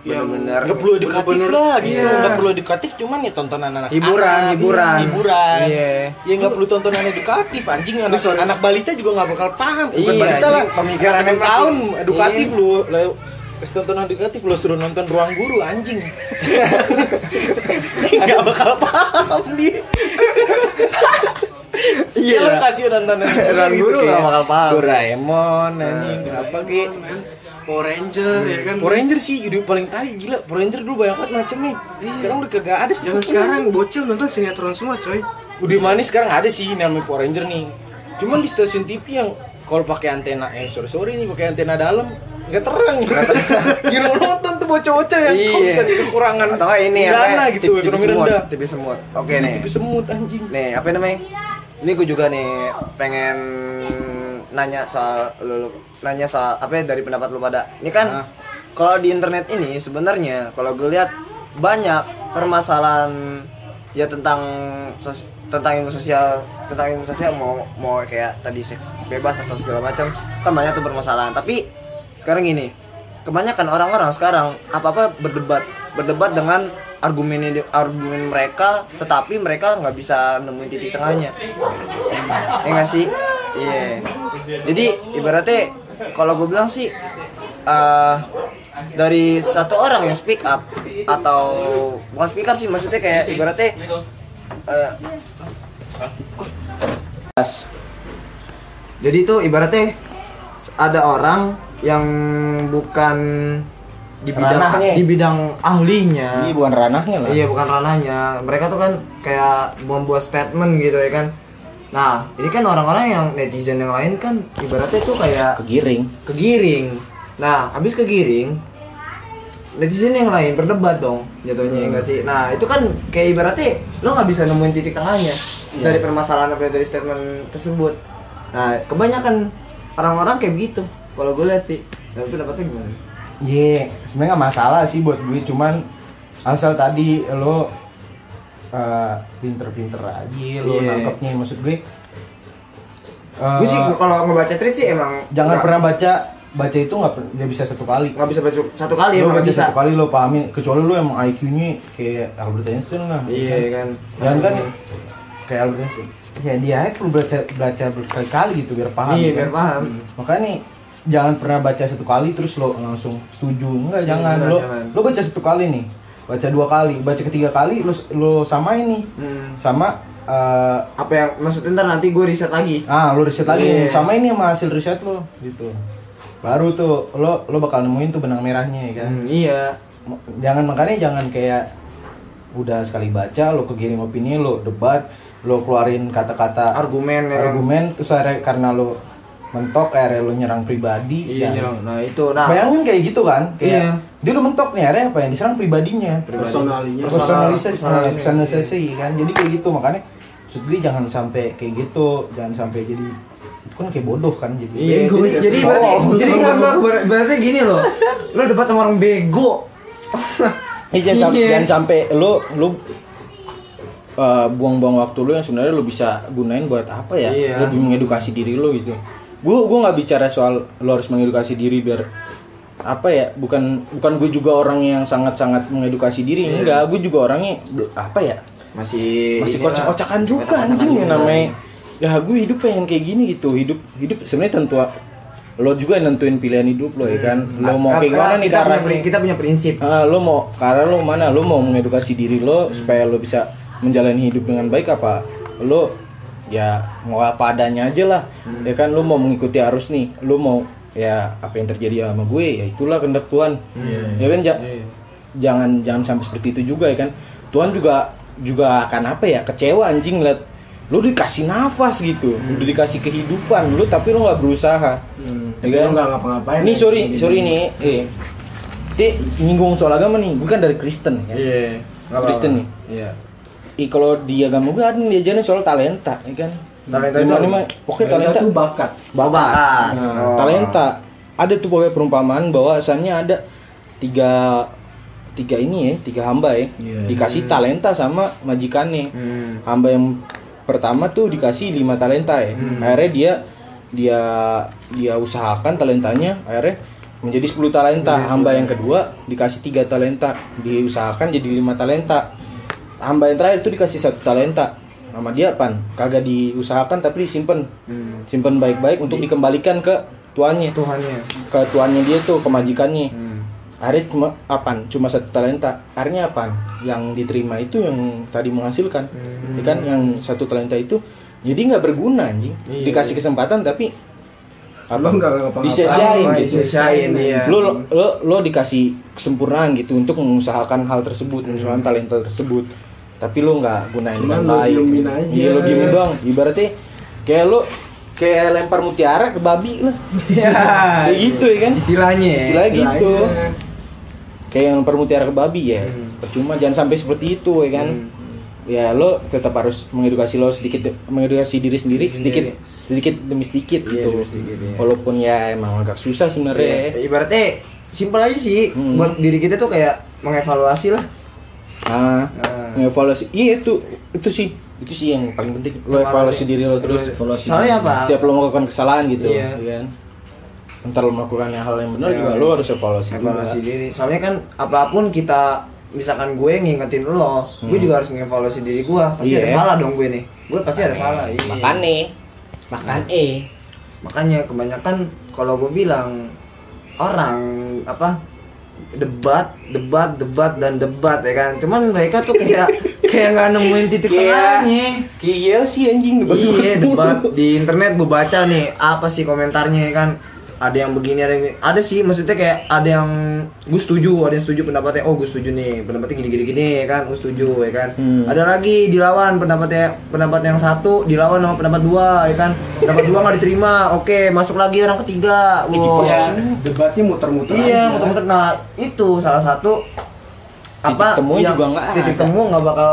S3: Ya
S1: Bener-bener.
S4: nggak perlu edukatif
S3: Bener-bener.
S4: lah gitu
S3: Iya.
S4: nggak perlu edukatif cuman ya tontonan anak
S1: Hiburan,
S4: anak,
S1: hiburan.
S4: hiburan
S1: Iya.
S4: ya nggak perlu tontonan edukatif anjing anak
S3: sorry.
S4: anak balita juga nggak bakal paham bukan
S1: Iya,
S4: balita lah
S1: anjing, pemikirannya
S4: anak enam
S1: masih-
S4: tahun edukatif
S1: Iya.
S4: lu lu kasih tontonan edukatif lu suruh nonton ruang guru anjing nggak bakal paham dia Iya, lu kasih nonton
S1: Ruang guru nggak bakal paham.
S4: Doraemon, anjing, apa gitu.
S3: men, Power Ranger ya
S1: Hmm.
S3: kan.
S4: Iya Power Ranger sih udah paling tai gila. Power Ranger dulu banyak banget macamnya. Sekarang udah kagak ada sih.
S3: Jangan Iya. sekarang bocil nonton sinetron semua coy.
S4: Udah manis sekarang ada sih namanya Power Ranger nih. Cuman di stasiun TV yang kalau pakai antena eh sore sore nih pakai antena dalam nggak terang gitu. Gila nonton tuh bocah-bocah yang kok
S1: Iya.
S4: bisa di kekurangan.
S1: Atau nggak ini apa?
S4: dana
S1: ya,
S4: gitu
S1: tip-
S4: ekonomi
S1: semut,
S4: rendah.
S1: tipi semut. Oke nih.
S4: Tapi semut anjing.
S1: Nih, apa namanya? Ini gue juga nih pengen nanya soal lu, lu- nanya soal apa ya dari pendapat lu pada. Ini kan
S4: Ah.
S1: kalau di internet ini sebenarnya kalau gue lihat banyak permasalahan ya tentang sos- tentang ilmu sosial tentang ilmu sosial mau mau kayak tadi seks bebas atau segala macam kan banyak tuh permasalahan tapi sekarang gini kebanyakan orang-orang sekarang apa apa berdebat berdebat dengan argumen argumen mereka tetapi mereka nggak bisa nemuin titik tengahnya ya nggak sih iya jadi ibaratnya kalau gue bilang sih eh dari satu orang yang speak up atau bukan speak up sih maksudnya kayak ibaratnya eh, As. Jadi itu ibaratnya ada orang yang bukan di bidang
S4: Ranahnya.
S1: di bidang ahlinya.
S4: Ini bukan ranahnya lah.
S1: Iya bukan ranahnya. Mereka tuh kan kayak membuat statement gitu ya kan. Nah ini kan orang-orang yang netizen yang lain kan ibaratnya tuh kayak
S4: Kegiring.
S1: kegiring. Nah habis kegiring netizen yang lain berdebat dong jatuhnya ya nggak sih.
S2: Hmm.
S1: Nah itu kan kayak ibaratnya lo nggak bisa nemuin titik tengahnya
S2: Iya.
S1: dari permasalahan apa dari statement tersebut. Nah kebanyakan orang-orang kayak begitu. Kalau gue lihat sih, tapi pendapatnya gimana?
S2: Iya, sebenarnya nggak masalah sih buat gue, cuman asal tadi lo eh, pinter-pinter aja, lo
S1: Iya.
S2: nangkepnya maksud gue.
S1: gue sih
S2: eh,
S1: kalau ngebaca tweet sih emang
S2: jangan
S1: nggak-
S2: pernah baca baca itu nggak per- nggak bisa satu kali.
S1: nggak bisa baca satu kali
S2: lo
S1: emang
S2: baca
S1: bisa.
S2: satu kali lo pahami, kecuali lo emang IQ-nya kayak Albert Einstein lah. ya
S1: Iya kan.
S2: Dan kan kayak Albert Einstein. Ya dia aja perlu baca baca berkali-kali gitu biar paham.
S1: Iya
S2: kan?
S1: biar paham.
S2: makanya jangan pernah baca satu kali terus lo langsung setuju enggak jangan
S1: enggak,
S2: lo
S1: jangan.
S2: lo baca satu kali nih baca dua kali baca ketiga kali lo lo samain nih
S1: Hmm.
S2: sama eh,
S1: Apa yang maksudnya ntar nanti gue riset lagi.
S2: ah lo riset lagi
S1: Iya.
S2: sama ini sama hasil riset lo gitu baru tuh lo lo bakal nemuin tuh benang merahnya ya kan
S1: Hmm, iya.
S2: M- jangan makanya jangan kayak udah sekali baca lo kegiring opini lo debat lo keluarin kata-kata
S1: Argumen yang
S2: argumen terus akhirnya karena lo mentok akhirnya lo nyerang pribadi
S1: Iya,
S2: dan-
S1: nyerang. Nah, itu. Nah,
S2: Bayangin kayak gitu kan, kayak
S1: Iya.
S2: dia udah mentok nih akhirnya apa yang diserang pribadinya,
S1: pribadi.
S3: Personalinya.
S2: personalisasi,
S1: Personalisasi.
S2: personalisasi kan, jadi kayak gitu makanya maksud gue jangan sampai kayak gitu, jangan sampai jadi itu kan kayak bodoh kan jadi.
S1: Iya,
S2: Bego
S1: jadi,
S2: ya.
S1: jadi berarti,
S2: Oh.
S1: jadi kan lo ber- berarti gini loh. lo debat sama orang bego.
S2: Iya, jangan, sam-
S1: Iya.
S2: jangan sampai lo lo uh, buang-buang waktu lo yang sebenarnya lo bisa gunain buat apa ya?
S1: Iya.
S2: Lebih mengedukasi diri lo gitu. Gue gue nggak bicara soal lo harus mengedukasi diri biar apa ya? Bukan bukan gue juga orang yang sangat-sangat mengedukasi diri.
S1: Iya.
S2: Enggak, gue juga orangnya bel- apa ya?
S1: Masih Iya,
S2: Masih
S1: inilah.
S2: kocak-kocakan juga
S1: Kocak-kocakan
S2: anjing yang
S1: juga.
S2: namanya. Ya gue hidup pengen kayak gini gitu. Hidup hidup sebenarnya tentu lo juga yang nentuin pilihan hidup lo ya kan. Lo
S1: Karena
S2: mau kayak gimana nih
S1: kita punya,
S2: arahnya?
S1: pri- kita punya prinsip.
S2: Ah, lo mau karena lo mana lo mau mengedukasi diri lo supaya lo bisa menjalani hidup dengan baik apa lo ya mau apa adanya aja lah ya kan lo mau mengikuti arus nih lo mau ya apa yang terjadi sama gue ya itulah kehendak Tuhan ya kan ja- jangan jangan sampai seperti itu juga ya kan Tuhan juga juga akan apa ya kecewa anjing liat lu dikasih nafas gitu lu dikasih kehidupan lu tapi lu nggak berusaha ya
S3: Tapi
S2: kan?
S3: lu nggak ngapa-ngapain.
S2: ini
S3: ya.
S2: sorry sorry ini eh Ti, nyinggung soal agama nih bukan dari Kristen ya
S5: Iya.
S2: nggak Kristen nih
S5: Iya.
S2: Ih, kalau di agama gue ada nih diajarin soal talenta ya kan
S5: Talenta itu
S2: Gimana,
S5: apa?
S2: mah pokoknya
S3: Talenta
S2: talenta
S3: itu bakat.
S2: bakat
S1: Bakat.
S2: Nah,
S1: Oh.
S2: talenta ada tuh pokoknya perumpamaan bahwa asalnya ada tiga tiga ini ya tiga hamba ya
S3: Iya.
S2: dikasih talenta sama majikannya
S1: Hmm.
S2: hamba yang pertama tuh dikasih lima talenta ya
S1: Hmm.
S2: akhirnya dia dia dia usahakan talentanya akhirnya menjadi 10 talenta hamba yang kedua dikasih tiga talenta diusahakan jadi lima talenta hamba yang terakhir tuh dikasih satu talenta nama dia pan kagak diusahakan tapi disimpan
S1: Hmm.
S2: simpan baik-baik untuk dikembalikan ke tuannya
S1: Tuhannya.
S2: ke tuannya dia tuh ke majikannya
S1: Hmm.
S2: akhirnya cuma apaan cuma satu talenta akhirnya apaan yang diterima itu yang tadi menghasilkan
S1: Hmm.
S2: ya kan yang satu talenta itu jadi nggak berguna anjing
S1: Iya,
S2: dikasih kesempatan tapi apa
S3: Lu nggak ngapa-ngapain.
S2: disia-siain gitu
S1: Disia-siain, iya.
S2: lu, lo lo dikasih kesempurnaan gitu untuk mengusahakan hal tersebut mengusahakan talenta tersebut tapi lu nggak gunain
S3: Hmm. Cuman
S2: dengan
S3: lu
S2: baik
S3: diemin aja.
S2: iya lu diemin doang ibaratnya kayak lu kayak lempar mutiara ke babi lah
S3: Iya.
S2: kayak gitu ya kan
S1: Istilahnya. ya.
S2: istilahnya gitu
S3: Istilahnya.
S2: kayak yang permutiara ke babi ya
S1: Hmm.
S2: percuma jangan sampai seperti itu ya kan ya lo tetap harus mengedukasi lo sedikit mengedukasi diri sendiri sedikit sedikit demi sedikit
S5: Iya,
S2: gitu
S5: demi sedikit, iya.
S2: walaupun ya emang agak susah
S1: Ya,
S2: sebenarnya
S1: ibaratnya simpel aja sih
S2: Hmm.
S1: buat diri kita tuh kayak mengevaluasi lah.
S2: ah
S1: Nah.
S2: ngevaluasi iya itu itu sih itu sih yang paling penting lo evaluasi diri lo terus
S1: Evaluasi. Soalnya apa?
S2: setiap lo melakukan kesalahan gitu
S1: Iya.
S2: ya kan ntar lo melakukan hal yang benar
S1: Iya.
S2: juga lo harus evaluasi,
S1: evaluasi
S2: juga
S1: diri. Soalnya kan apapun kita misalkan gue ngingetin lo, gue
S2: Hmm.
S1: juga harus ngevaluasi diri gue. Pasti
S2: Iya.
S1: ada salah dong gue nih. Gue pasti ada salah. iya.
S2: makane makane
S1: Makanya kebanyakan kalau gue bilang orang apa debat, debat, debat dan debat ya kan. Cuman mereka tuh kayak kayak nggak nemuin titik
S2: Kayak-
S1: tengahnya.
S2: Kayak sih anjing
S1: Iya debat di internet gue baca nih apa sih komentarnya ya kan ada yang begini ada yang begini. ada sih maksudnya kayak ada yang gue setuju ada yang setuju pendapatnya oh gue setuju nih pendapatnya gini gini gini ya kan gue setuju ya kan
S2: Hmm.
S1: ada lagi dilawan pendapatnya pendapat yang satu dilawan sama pendapat dua ya kan pendapat dua nggak diterima oke masuk lagi orang ketiga wow.
S3: Iya, debatnya muter-muter
S1: iya
S3: aja.
S1: Oh, muter-muter nah itu salah satu apa yang
S2: temunya juga nggak
S1: titik
S2: ada.
S1: temu nggak bakal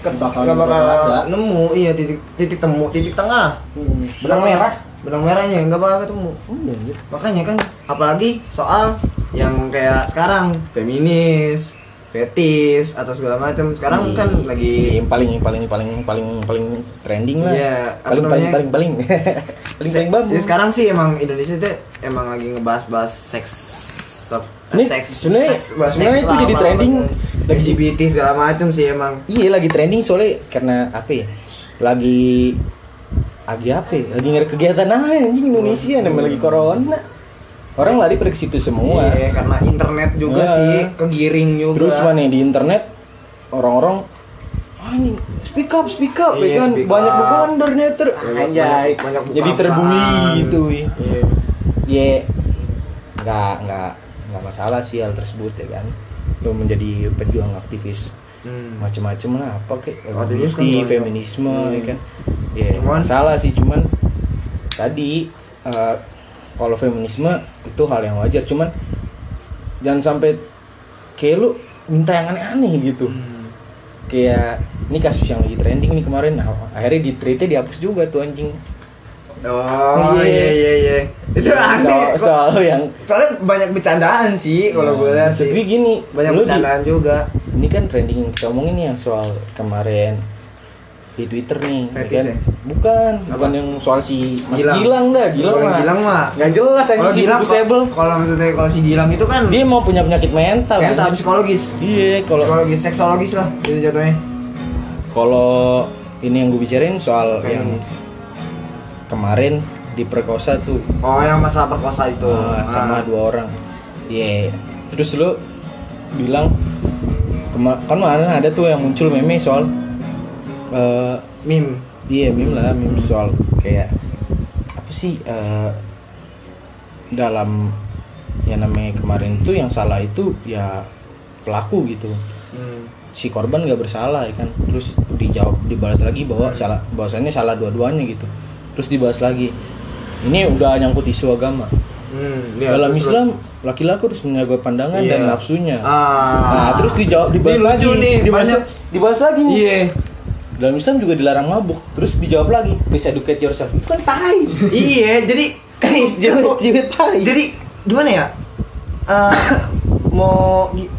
S2: Bakal-
S1: nggak bakal
S2: bakal ada.
S1: nemu iya titik titik temu titik tengah Nah,
S2: benang merah
S1: benang merahnya nggak bakal ketemu makanya kan apalagi soal yang kayak sekarang feminis fetis atau segala macam
S2: Hmm.
S1: sekarang kan lagi
S2: Iya, yang paling yang paling yang paling yang paling yang paling trending lah
S1: Iya, apa
S2: paling, paling
S1: namanya?
S2: paling paling paling paling babu
S1: Ya, sekarang sih emang Indonesia tuh emang lagi ngebahas-bahas seks so-
S2: Ini sebenarnya-
S1: seks- bahas
S2: sebenarnya
S1: seks
S2: itu
S1: lah,
S2: jadi
S1: apa-
S2: trending.
S1: LGBT segala macam sih emang
S2: iya lagi trending soalnya karena apa ya lagi lagi apa ya? lagi ngeri kegiatan aja anjing Indonesia namanya lagi corona orang lari pergi ke situ semua
S1: Iya, karena internet juga
S2: Iya.
S1: sih kegiring juga
S2: terus mana di internet orang-orang anjing speak up speak up
S1: Iya,
S2: ya kan
S1: speak
S2: banyak
S1: up.
S2: begonder nih ter
S1: Banyak-
S2: anjay
S1: banyak- banyak
S2: jadi
S1: buka-bukaan.
S2: terbuli gitu ya.
S1: Iya.
S2: ya nggak nggak nggak masalah sih hal tersebut ya kan lo menjadi pejuang aktivis
S1: Hmm.
S2: macem-macem lah apa kek
S1: Oh, dulu kan
S2: LGBT,
S1: banyak.
S2: feminisme ya
S1: Hmm.
S2: kan ya
S1: Cuman-
S2: salah sih cuman tadi eh, kalau feminisme itu hal yang wajar cuman jangan sampai kayak lu minta yang aneh-aneh gitu
S1: Hmm.
S2: kayak ini kasus yang lagi trending nih kemarin nah, akhirnya di tweetnya dihapus juga tuh anjing
S1: Oh
S2: Iya.
S1: iya iya iya. Itu aneh.
S2: soal, soal yang
S1: Soalnya banyak bercandaan sih kalau gue lihat sih.
S2: Tapi gini,
S1: Banyak
S2: lu di-
S1: bercandaan juga.
S2: ini kan trending yang kita omongin nih yang soal kemarin di Twitter nih, ya
S1: Fetis
S2: kan?
S1: ya?
S2: Bukan,
S1: Apa?
S2: bukan yang soal si Mas
S1: Gilang.
S2: Gilang, dah, Gilang
S1: Kalau
S2: mah.
S1: Gilang mah.
S2: Nggak jelas
S1: Kalau
S2: anjing si
S1: Gilang
S2: disable.
S1: kalau maksudnya kalau si Gilang itu kan
S2: Dia mau punya penyakit mental.
S1: kayak tahap
S2: kan?
S1: psikologis.
S2: Iya, kalau
S1: Psikologis, seksologis lah itu jatuhnya.
S2: kalau ini yang gue bicarain soal yang
S1: Feminis.
S2: kemarin diperkosa tuh
S1: Oh yang masalah perkosa itu.
S2: Ah,
S1: Ah.
S2: sama dua orang. Iya. Terus lu bilang kema- kan mana ada tuh yang muncul meme soal eh,
S1: Mim.
S2: Iya meme lah meme soal kayak apa sih eh, dalam yang namanya kemarin tuh yang salah itu ya pelaku gitu si korban nggak bersalah ya kan terus dijawab dibalas lagi bahwa salah bahwasannya salah dua-duanya gitu terus dibalas lagi ini udah nyangkut isu agama
S1: Hmm,
S2: dalam
S1: terus-
S2: Islam laki-laki harus menjaga pandangan
S1: Iya.
S2: dan nafsunya
S1: Ah.
S2: nah terus
S6: Ini
S2: dijawab dibalas lagi
S6: lucu nih,
S2: dibalas,
S6: banyak.
S2: dibalas lagi nih
S6: Iya.
S2: dalam Islam juga dilarang mabuk terus dijawab lagi please educate yourself itu kan tai
S1: iya, jadi
S2: Jiwet- jiwet tai
S1: jadi gimana ya? Eh, mau gi-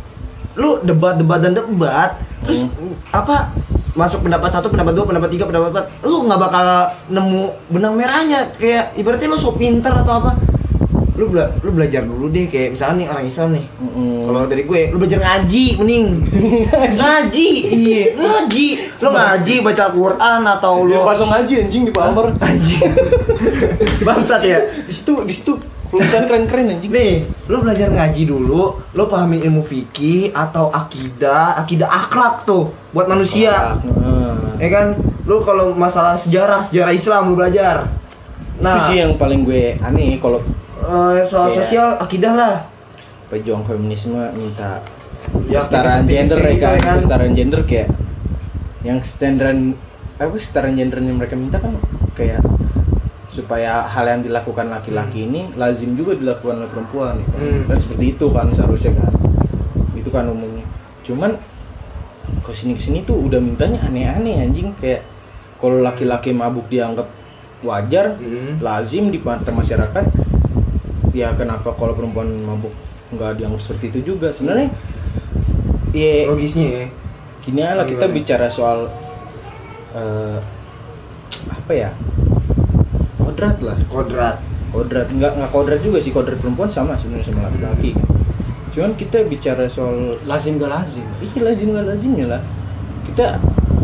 S1: lu debat-debat dan debat, terus apa masuk pendapat satu, pendapat dua, pendapat tiga, pendapat empat, lu nggak bakal nemu benang merahnya. Kayak ibaratnya lu so pinter atau apa? Lu bela- lu belajar dulu deh kayak misalnya nih orang Islam nih.
S2: Mm-mm.
S1: Hmm. Kalau dari gue, lu belajar ngaji mending. ngaji. Iya, ngaji. Lu ngaji baca Quran atau lu
S2: Dia pas lo ngaji anjing di pamer
S1: anjing. Bangsat ya. Iya.
S2: di situ di situ tulisan keren-keren anjing
S1: Nih, lu belajar ngaji dulu, lu pahami ilmu fikih atau akidah, akidah akhlak tuh buat manusia.
S2: Nah,
S1: Ya kan? Lu kalau masalah sejarah, sejarah Islam lu belajar.
S2: itu
S1: Nah,
S2: sih yang paling gue aneh kalau
S1: eh, soal
S2: Iya.
S1: sosial akidah lah.
S2: pejuang feminisme minta
S1: Ya,
S2: kesetaraan
S1: tipis-tipis
S2: gender ya
S1: gitu
S2: kan,
S1: ya kan.
S2: kesetaraan gender kayak yang standaran apa kesetaraan gender yang mereka minta kan kayak supaya hal yang dilakukan laki-laki ini lazim juga dilakukan oleh perempuan ya kan.
S1: Hmm.
S2: dan seperti itu kan seharusnya kan itu kan umumnya cuman kesini kesini tuh udah mintanya aneh-aneh anjing kayak kalau laki-laki mabuk dianggap wajar
S1: Hmm.
S2: lazim di mata masyarakat ya kenapa kalau perempuan mabuk nggak dianggap seperti itu juga sebenarnya ya
S1: Logisnya ya.
S2: gini lah kita
S1: Gimana?
S2: bicara soal eh, apa ya kodrat lah
S1: Kodrat.
S2: kodrat nggak nggak kodrat juga sih kodrat perempuan sama sebenarnya sama laki-laki kan cuman kita bicara soal
S3: lazim gak lazim
S2: ih lazim nggak lazimnya lah kita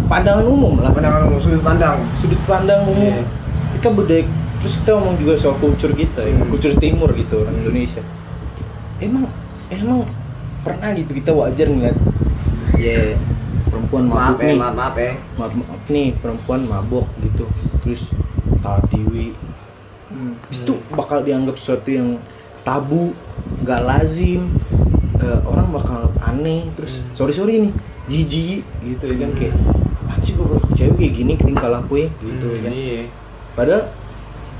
S2: pandangan umum lah
S1: Pandangan umum, sudut pandang.
S2: sudut pandang umum
S1: Iya.
S2: kita budaya terus kita ngomong juga soal kultur kita ya,
S1: Hmm.
S2: kultur timur gitu orang Indonesia emang emang pernah gitu kita wajar ngeliat
S1: Iya.
S2: ya perempuan
S1: Maaf
S2: mabuk
S1: ya,
S2: nih
S1: maaf, maaf ya.
S2: maaf, maaf nih perempuan mabuk gitu terus tawa tiwi
S1: Hmm.
S2: Habis itu bakal dianggap sesuatu yang tabu nggak lazim eh, orang bakal aneh terus
S1: Hmm.
S2: sorry sorry nih jijik gitu ya kan kayak anjir gue baru cewek kayak gini ketinggal laku ya gitu ya kan
S1: Iya.
S2: padahal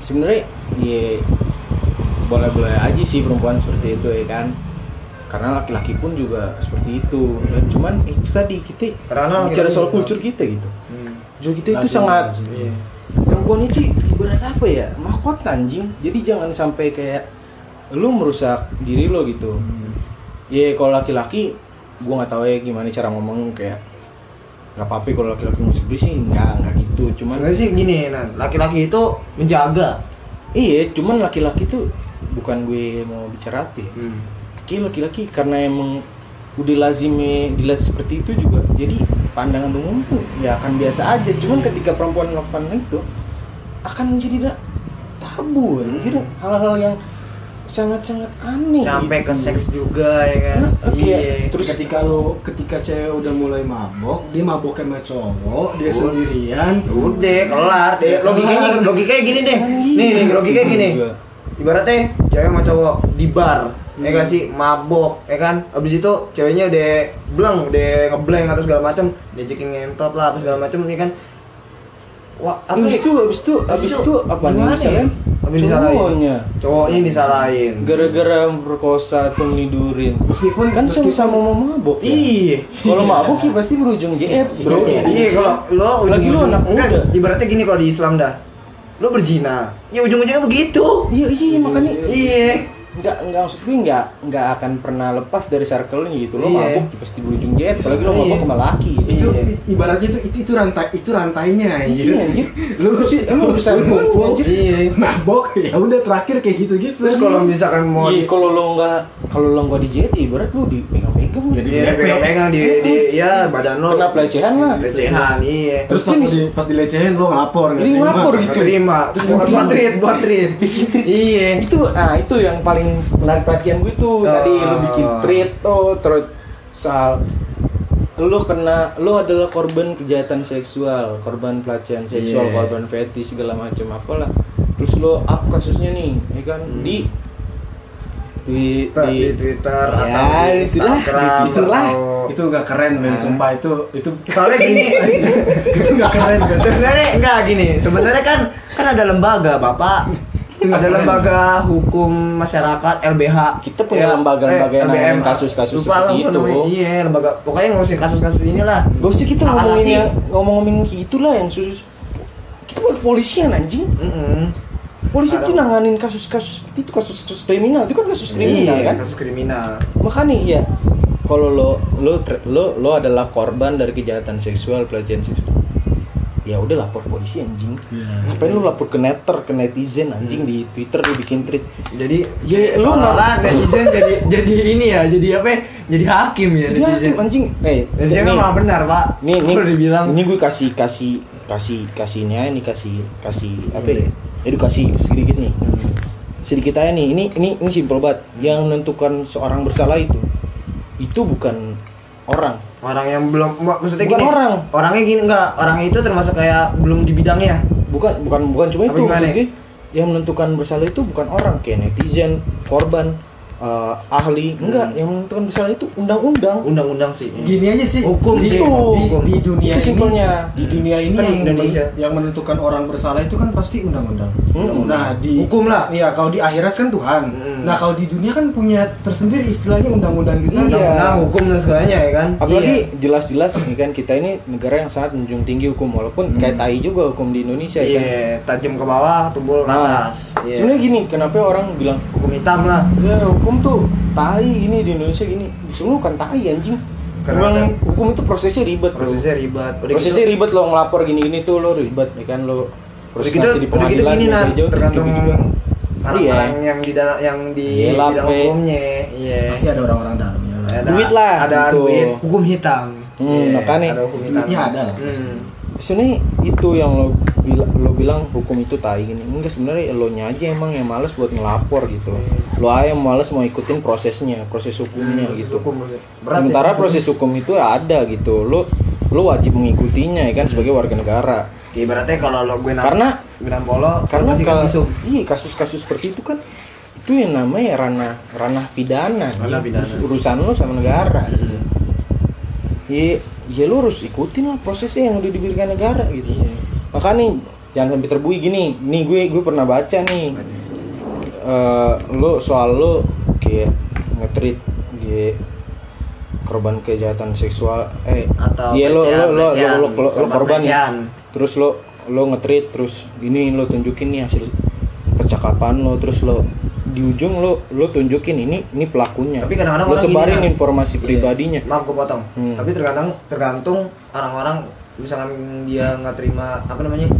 S2: sebenarnya ya boleh-boleh aja sih perempuan seperti itu ya kan karena laki-laki pun juga seperti itu ya kan. cuman itu tadi kita
S1: Hmm. Karena
S2: bicara
S1: laki-laki
S2: soal
S1: juga.
S2: kultur kita gitu
S1: Hmm.
S2: jadi kita itu
S3: Lazim,
S2: sangat
S3: lazim.
S1: Iya.
S2: perempuan itu ibarat apa ya mahkota anjing jadi jangan sampai kayak lu merusak diri lo gitu ya kalau laki-laki gua nggak tahu ya gimana cara ngomong kayak nggak apa-apa kalau laki-laki musik sih nggak nggak gitu cuman
S1: Sebenarnya sih gini, Nan. Laki-laki itu menjaga.
S2: Iya, cuman laki-laki tuh bukan gue mau bicara aktif.
S1: Hmm.
S2: Kayak laki-laki karena emang udah lazimnya dilat seperti itu juga. Jadi pandangan umum tuh ya akan biasa aja. Cuman
S1: Iya.
S2: ketika perempuan melakukan itu akan menjadi da- tabu, anjir. Hal-hal yang sangat-sangat aneh.
S1: Sampai
S2: gitu.
S1: ke seks juga ya kan.
S2: Nah, oke.
S1: Iya.
S3: Terus ketika lo ketika cewek udah mulai mabok, dia mabok sama cowok, dia
S1: Udah.
S3: sendirian.
S1: Udah, kelar
S2: Iya.
S1: deh. Logikanya logikanya gini deh. Nih, nih logikanya gini. Ibaratnya cewek sama cowok di bar,
S2: Iya.
S1: ya kan sih mabok, ya kan. Abis itu ceweknya udah bleng, udah ngebleng atau segala macem, diajakin ngentot lah apa segala macem, ya kan. Wah, apa ya?
S2: Abis
S1: sih?
S2: itu, abis itu, abis itu apa nih
S1: Gimana ya?
S2: misalnya?
S1: Abis disalahin.
S2: Cowoknya
S1: Cowoknya disalahin.
S2: gara-gara memperkosa atau menidurin.
S3: Meskipun
S2: Kan sama-sama mau mabok. ya?
S1: Iya.
S2: Kalau mabuk ya pasti berujung JF, Bro.
S3: Iya.
S1: Iya, kalau lo
S2: ya? Lagi lu anak
S1: enggak,
S2: muda.
S1: ibaratnya gini kalau di Islam dah. Lo berzina. Ya ujung-ujungnya begitu.
S2: Iya, iya makanya
S1: Iya.
S2: nggak nggak maksud gue nggak nggak akan pernah lepas dari circle-nya gitu. Lo
S1: Iya.
S2: mabuk ya pasti berujung JF, apalagi lo
S1: Iya.
S2: mabuk sama laki. gitu.
S3: itu
S1: Iya.
S3: ibaratnya itu itu itu rantai itu rantainya
S2: Iya, anjir. Lu sih emang bisa
S3: kumpul,
S2: kumpul anjir.
S1: Iya.
S3: mabok ya udah terakhir kayak gitu gitu
S1: Terus kalau misalkan mau
S2: Iya,
S1: di-
S2: kalau lo nggak kalau lo nggak di JF, ibarat lo dipegang-pegang.
S3: Jadi-
S1: Iya, pegang-pegang di, di ya badan lo.
S2: Kena pelecehan lah.
S1: Pelecehan, iya.
S3: terus pas
S2: Ini-
S3: di- pas dilecehin lo ngapor nggak
S2: Ini
S3: terima.
S2: ngapor
S1: Nggak
S2: gitu.
S1: terima, terus buat buat treat, buat treat. Iya.
S2: itu ah itu yang paling menarik perhatian gue tuh tadi lu bikin treat tuh terus soal lu kena lu adalah korban kejahatan seksual korban pelecehan seksual
S1: Iya.
S2: korban fetish segala macam apalah terus lu up kasusnya nih ya kan di
S7: di,
S1: Twitter, di,
S7: di-
S1: Twitter
S7: Ya,
S1: atau di
S7: itulah,
S1: Instagram
S7: itulah.
S1: atau
S3: itu gak keren men sumpah itu itu
S1: soalnya gini
S3: itu gak keren kan
S1: sebenarnya enggak gini sebenarnya kan kan ada lembaga bapak ada
S3: keren.
S1: lembaga hukum masyarakat LBH
S7: Kita punya lembaga-lembaga yang
S1: LBM.
S7: nanganin kasus-kasus
S1: Lupa lah,
S7: seperti
S1: apa
S7: itu.
S1: namanya. iya lembaga pokoknya ngurusin kasus-kasus inilah
S7: Hmm. Gak usah kita
S1: Hak
S7: ngomongin ya.
S1: asasi.
S7: yang ngomong-ngomongin gitulah yang susus. Kita bukan kepolisian anjing.
S1: Mm-mm.
S7: Polisi
S1: Ada.
S7: itu nanganin kasus-kasus seperti itu, kasus-kasus kriminal. Itu kan kasus kriminal
S1: Iya,
S7: kan?
S1: kasus kriminal
S7: Makanya ya kalau lo lo ter- lo lo adalah korban dari kejahatan seksual, pelecehan seksual. Ya udah lapor polisi anjing. Ngapain lu lapor ke netter, ke netizen anjing di Twitter lu bikin tweet.
S1: jadi
S7: Ya,
S1: ya,
S7: lu
S1: seolah-olah
S3: Iya,
S1: netizen jadi jadi ini ya jadi apa ya? jadi hakim ya
S7: Jadi hakim anjing. Eh,
S1: netizen kan
S7: nih.
S1: malah benar pak
S7: nih nih
S1: Perlu dibilang
S7: ini gue kasih kasih kasih kasihnya ini kasih kasih apa ya
S1: Hmm.
S7: edukasi sedikit nih sedikit aja nih ini ini ini simpel banget yang menentukan seorang bersalah itu itu bukan orang
S1: orang yang belum mak- maksudnya
S7: Bukan
S1: gini
S7: orang.
S1: orangnya gini enggak orangnya itu termasuk kayak belum di bidangnya
S7: bukan bukan bukan cuma
S1: Apa
S7: itu
S1: gimana?
S7: maksud gue, yang menentukan bersalah itu bukan orang kayak netizen korban eh, ahli
S1: Hmm.
S7: enggak yang menentukan bersalah itu undang-undang
S1: undang-undang sih
S7: Gitu.
S3: gini aja sih
S1: Hukum
S3: di,
S1: sih,
S3: di,
S1: hukum.
S3: di dunia
S7: itu
S3: ini
S7: simpelnya
S3: di dunia ini
S1: Kan
S3: yang
S1: Indonesia.
S3: yang menentukan orang bersalah itu kan pasti undang-undang
S7: Hmm.
S3: nah di
S1: Hukum lah.
S3: iya kalau di akhirat kan Tuhan
S1: Hmm.
S3: nah kalau di dunia kan punya tersendiri istilahnya undang-undang kita
S7: Iya.
S1: undang-undang hukum dan segalanya ya kan
S7: apalagi jelas-jelas ya kan kita ini negara yang sangat menjunjung tinggi hukum walaupun kayak tai juga hukum di Indonesia
S1: Hmm. iya
S7: ya kan
S1: tajam ke bawah tumpul ke
S7: Nah,
S1: atas
S7: Iya. sebenarnya gini, kenapa orang bilang
S1: hukum hitam lah
S7: ya hukum tuh tai ini di Indonesia gini, semua kan tai anjing.
S1: Karena
S7: Orang
S1: ada-
S7: hukum itu prosesnya ribet bro.
S1: prosesnya ribet udah
S7: prosesnya
S1: gitu,
S7: ribet lo ngelapor gini-gini tuh lo ribet, ya kan lo
S1: udah
S7: proses
S1: gitu
S7: nanti di
S1: udah gitu
S7: pengadilan
S1: gini
S7: yang
S1: nah
S7: hijau,
S1: tergantung
S7: gitu juga. Iya.
S1: orang-orang yang di dalam yang di
S7: Iya lah,
S1: bidang
S7: Pe.
S1: hukumnya iya
S3: pasti ada orang-orang dalamnya lah
S1: Ada-
S7: Duit lah,
S1: ada
S7: gitu.
S1: duit hukum hitam
S7: Hmm,
S1: Iya,
S7: makanya.
S1: ada hukum hitam
S3: duitnya ada lah
S1: Hmm.
S7: Sebenarnya itu yang lo bilang lo bilang hukum itu tai gini. Enggak sebenarnya lo nya aja emang yang males buat ngelapor gitu.
S1: Iya,
S7: Lo aja yang males mau ikutin prosesnya, proses hukumnya
S1: Proses
S7: gitu.
S1: Hmm, hukum berat
S7: Sementara
S1: ya.
S7: proses hukum itu ada gitu. Lu lu wajib mengikutinya ya kan sebagai warga negara.
S1: ibaratnya kalau lo gue nabrak-
S7: Karena
S1: gue nampolo
S7: karena
S1: masih
S7: kalau
S1: visum
S7: iya kasus-kasus seperti itu kan itu yang namanya ranah ranah pidana,
S1: Ranah
S7: ya.
S1: pidana.
S7: Urus- urusan lu sama negara. Iya, ya lu harus ikutin lah prosesnya yang udah diberikan negara gitu.
S1: Iya.
S7: Makanya jangan sampai terbuai gini. Nih gue gue pernah baca nih. Eh, lu soal lu kayak ngetrit dia korban kejahatan seksual eh
S1: atau
S7: iya lo
S1: pelecehan,
S7: lo lo
S1: pelecehan,
S7: lo- lo- lo korban ya
S1: pelecehan.
S7: terus lo lo ngetrit terus gini lo tunjukin nih hasil percakapan lo terus lo di ujung lo lo tunjukin ini ini pelakunya
S1: Tapi kadang-kadang
S7: lo
S1: orang gini, Iya.
S7: sebarin
S1: Bang.
S7: informasi pribadinya
S1: maaf gue potong
S7: Hmm.
S1: tapi tergantung tergantung orang-orang misalkan dia nggak terima apa namanya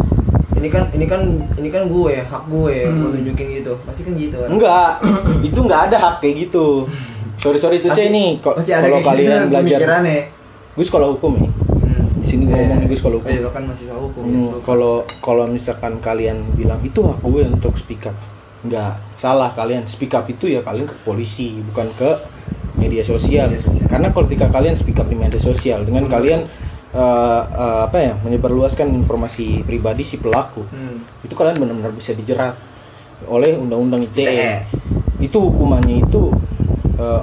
S1: ini kan ini kan ini kan gue hak gue gue tunjukin gitu pasti kan gitu kan
S7: enggak itu enggak ada hak kayak gitu sorry sorry itu saya nih kok
S1: gitu
S7: kalau kalian belajar
S1: kan pemikirannya
S7: gue sekolah hukum ya
S1: hmm.
S7: di sini gue
S1: Iya.
S7: ngomong nih, gue sekolah
S1: Oh,
S7: hukum
S1: iya, lo kan masih soal hukum ya.
S7: Hmm, kalau kalau misalkan kalian bilang itu hak gue untuk speak up nggak salah kalian speak up itu ya kalian ke polisi bukan ke media sosial,
S1: Media sosial. Hmm.
S7: karena kalau ketika kalian speak up di media sosial dengan kalian eh, eh, apa ya menyebarluaskan informasi pribadi si pelaku
S1: Hmm.
S7: itu kalian benar-benar bisa dijerat oleh undang-undang ITE
S1: ITE.
S7: itu hukumannya itu eh,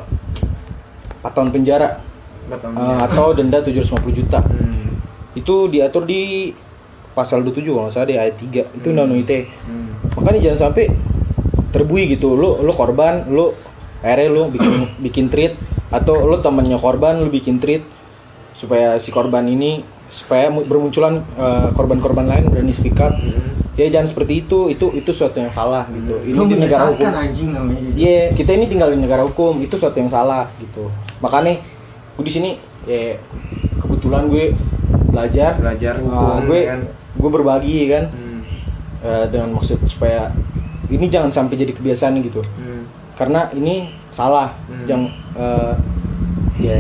S7: 4 tahun penjara
S1: Betul.
S7: eh, atau denda 750 juta
S1: Hmm.
S7: itu diatur di pasal 27 kalau nggak salah di ayat 3 itu
S1: Hmm.
S7: undang ITE
S1: Hmm.
S7: makanya jangan sampai terbui gitu lo lo korban lo akhirnya lo bikin bikin treat atau lo temennya korban lo bikin treat supaya si korban ini supaya mu- bermunculan eh, korban-korban lain berani speak up ya jangan seperti itu itu itu suatu yang salah gitu ini
S3: Hmm. lu
S7: di negara
S3: menyesatkan
S7: hukum
S3: anjing namanya gitu.
S7: Iya, kita ini tinggal di negara hukum, itu suatu yang salah gitu. Makanya gue di sini ya kebetulan gue belajar
S1: Belajar
S7: eh,
S1: hukum,
S7: gue
S1: kan.
S7: gue berbagi kan
S1: Hmm.
S7: eh, dengan maksud supaya ini jangan sampai jadi kebiasaan gitu.
S1: Hmm.
S7: Karena ini salah.
S1: Hmm.
S7: Jangan eh, ya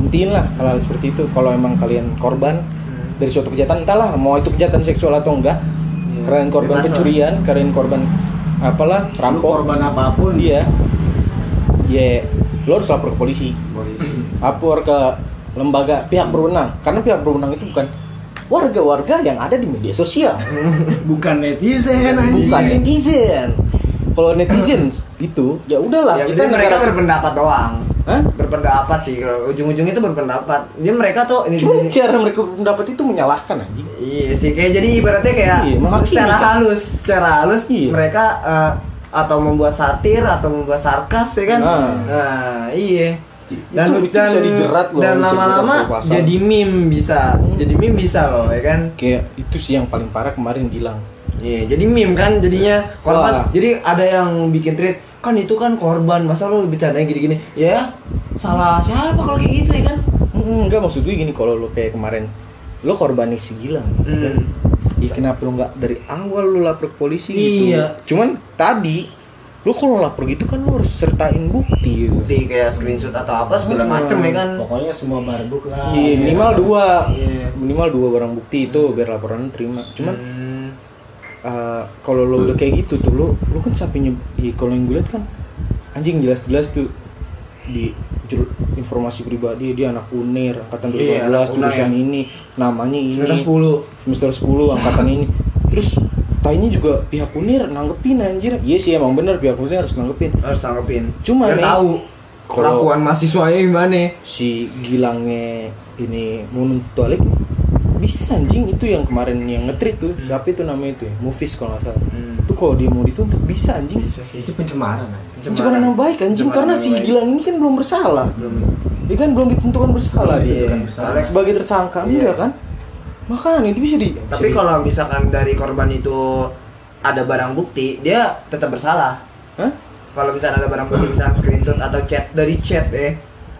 S7: hentiin lah hal-hal seperti itu kalau emang kalian korban
S1: Hmm.
S7: dari suatu kejahatan entahlah mau itu kejahatan seksual atau enggak
S1: Iya.
S7: kalian korban
S1: Bebas lah.
S7: pencurian kalian korban apalah
S3: Lu
S7: rampok
S3: korban apapun
S7: dia ya lo harus lapor ke polisi
S1: Polisi.
S7: lapor ke lembaga pihak berwenang karena pihak berwenang itu bukan warga-warga yang ada di media sosial
S3: bukan netizen anjing
S7: bukan netizen kalau netizen itu ya udahlah
S1: Ya,
S7: kita
S1: kita mereka
S7: negara-
S1: berpendapat doang.
S7: Hah?
S1: Berpendapat sih kalau ujung-ujungnya itu berpendapat. Dia mereka tuh ini
S7: Cuma
S1: ini-
S7: cara mereka pendapat itu menyalahkan anjing.
S1: Iya sih, kayak jadi ibaratnya kayak
S7: Iya, menghakimi,
S1: secara
S7: kan?
S1: halus, secara halus
S7: Iya.
S1: mereka eh, atau membuat satir atau membuat sarkas ya kan.
S7: Nah.
S1: Nah, iya.
S7: I- itu- itu bisa dijerat Hmm. loh,
S1: Dan
S7: bisa
S1: lama-lama
S7: dijerat kekuasaan.
S1: jadi meme bisa, jadi meme bisa loh ya kan.
S7: Kayak itu sih yang paling parah kemarin bilang.
S1: Iya, jadi meme kan jadinya korban.
S7: Iya. Wah.
S1: Jadi ada yang bikin tweet, kan itu kan korban, masa lu bercandanya gini-gini. Ya, salah siapa kalau kayak gitu ya kan?
S7: Mm, enggak maksud gue gini kalau lo kayak kemarin lo korbanin si Gilang.
S1: Hmm.
S7: Ya kenapa lo nggak dari awal lo lapor ke polisi
S1: Iya.
S7: gitu? Cuman tadi lo kalau lapor gitu kan lo harus sertain bukti gitu.
S1: Bukti kayak screenshot atau apa segala
S7: Hmm.
S1: macem ya kan.
S3: Pokoknya semua barbuk lah.
S7: Iya, minimal dua,
S3: Iya.
S7: minimal dua barang bukti itu biar laporan terima. Cuman
S1: Hmm.
S7: eh, kalau lo udah kayak gitu tuh lo lo kan sapinya ya, kalau yang gue lihat kan anjing jelas-jelas tuh di jur- informasi pribadi dia anak UNER angkatan 2012
S1: Iya, anak
S7: jurusan ini namanya ini
S1: Semester 10
S7: semester 10 angkatan ini terus tainya juga pihak UNER nanggepin anjir iya sih emang bener pihak UNER harus nanggepin
S1: harus tanggepin.
S7: Cuma
S1: Biar
S7: nih,
S1: tahu
S7: kalau-
S1: kelakuan mahasiswanya gimana.
S7: si Gilangnya ini mau nuntut balik bisa anjing itu yang kemarin yang ngetrit tuh siapa itu namanya itu ya? Mufis kalau nggak salah
S1: Hmm.
S7: itu kalau dia mau dituntut bisa anjing
S1: Bisa sih.
S3: Itu pencemaran aja.
S7: pencemaran nama baik anjing
S1: Pencemaran
S7: karena
S1: nama
S7: si
S1: baik.
S7: Gilang ini kan belum bersalah
S1: Belum.
S7: dia kan belum ditentukan bersalah
S1: Belum
S7: dia
S1: ditentukan Iya, kan bersalah.
S7: sebagai tersangka
S1: Iya.
S7: enggak kan makanya itu bisa di
S1: Tapi
S7: bisa di-
S1: kalau misalkan dari korban itu ada barang bukti, dia tetap bersalah.
S7: Hah?
S1: Kalau misalnya ada barang bukti, misalnya screenshot atau chat dari chat eh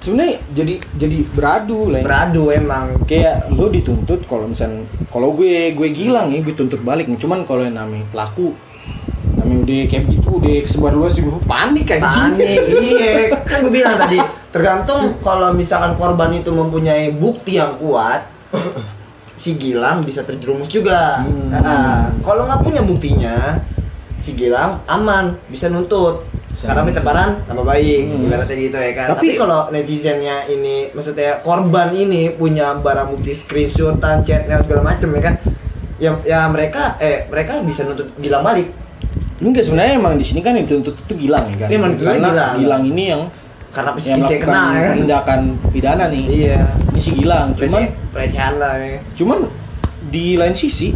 S7: sebenarnya jadi jadi beradu lah ya.
S1: beradu emang.
S7: kayak lo dituntut kalau misal kalau gue gue gilang ya gue tuntut balik nih cuman kalau yang namanya pelaku namanya udah kayak gitu udah kesebar luas juga lu panik kan. anjing
S1: Panik, iya. Kan gue bilang tadi,
S7: Hmm.
S1: tergantung kalau misalkan korban itu mempunyai bukti yang kuat, si Gilang bisa terjerumus juga.
S7: Hmm.
S1: Nah, kalau nggak punya buktinya, si Gilang aman, bisa nuntut. Karena pencemaran nama baik,
S7: Hmm.
S1: ibaratnya gitu ya kan. Tapi,
S7: Tapi-
S1: kalau netizennya ini, maksudnya korban ini punya barang bukti screenshotan, chatnya segala macem ya kan, ya, ya mereka eh mereka bisa nuntut Gilang balik
S7: enggak sebenarnya emang di sini kan yang dituntut itu gilang ya kan
S1: Iya, emang dituntut
S7: karena
S1: Gilang.
S7: gilang. ini yang
S1: karena
S7: yang
S1: pasti saya
S7: melakukan
S1: kena ya kan.
S7: tindakan pidana nih
S1: Iya.
S7: ini si gilang cuman
S1: Cuman pelecehan lah ya.
S7: cuman di lain sisi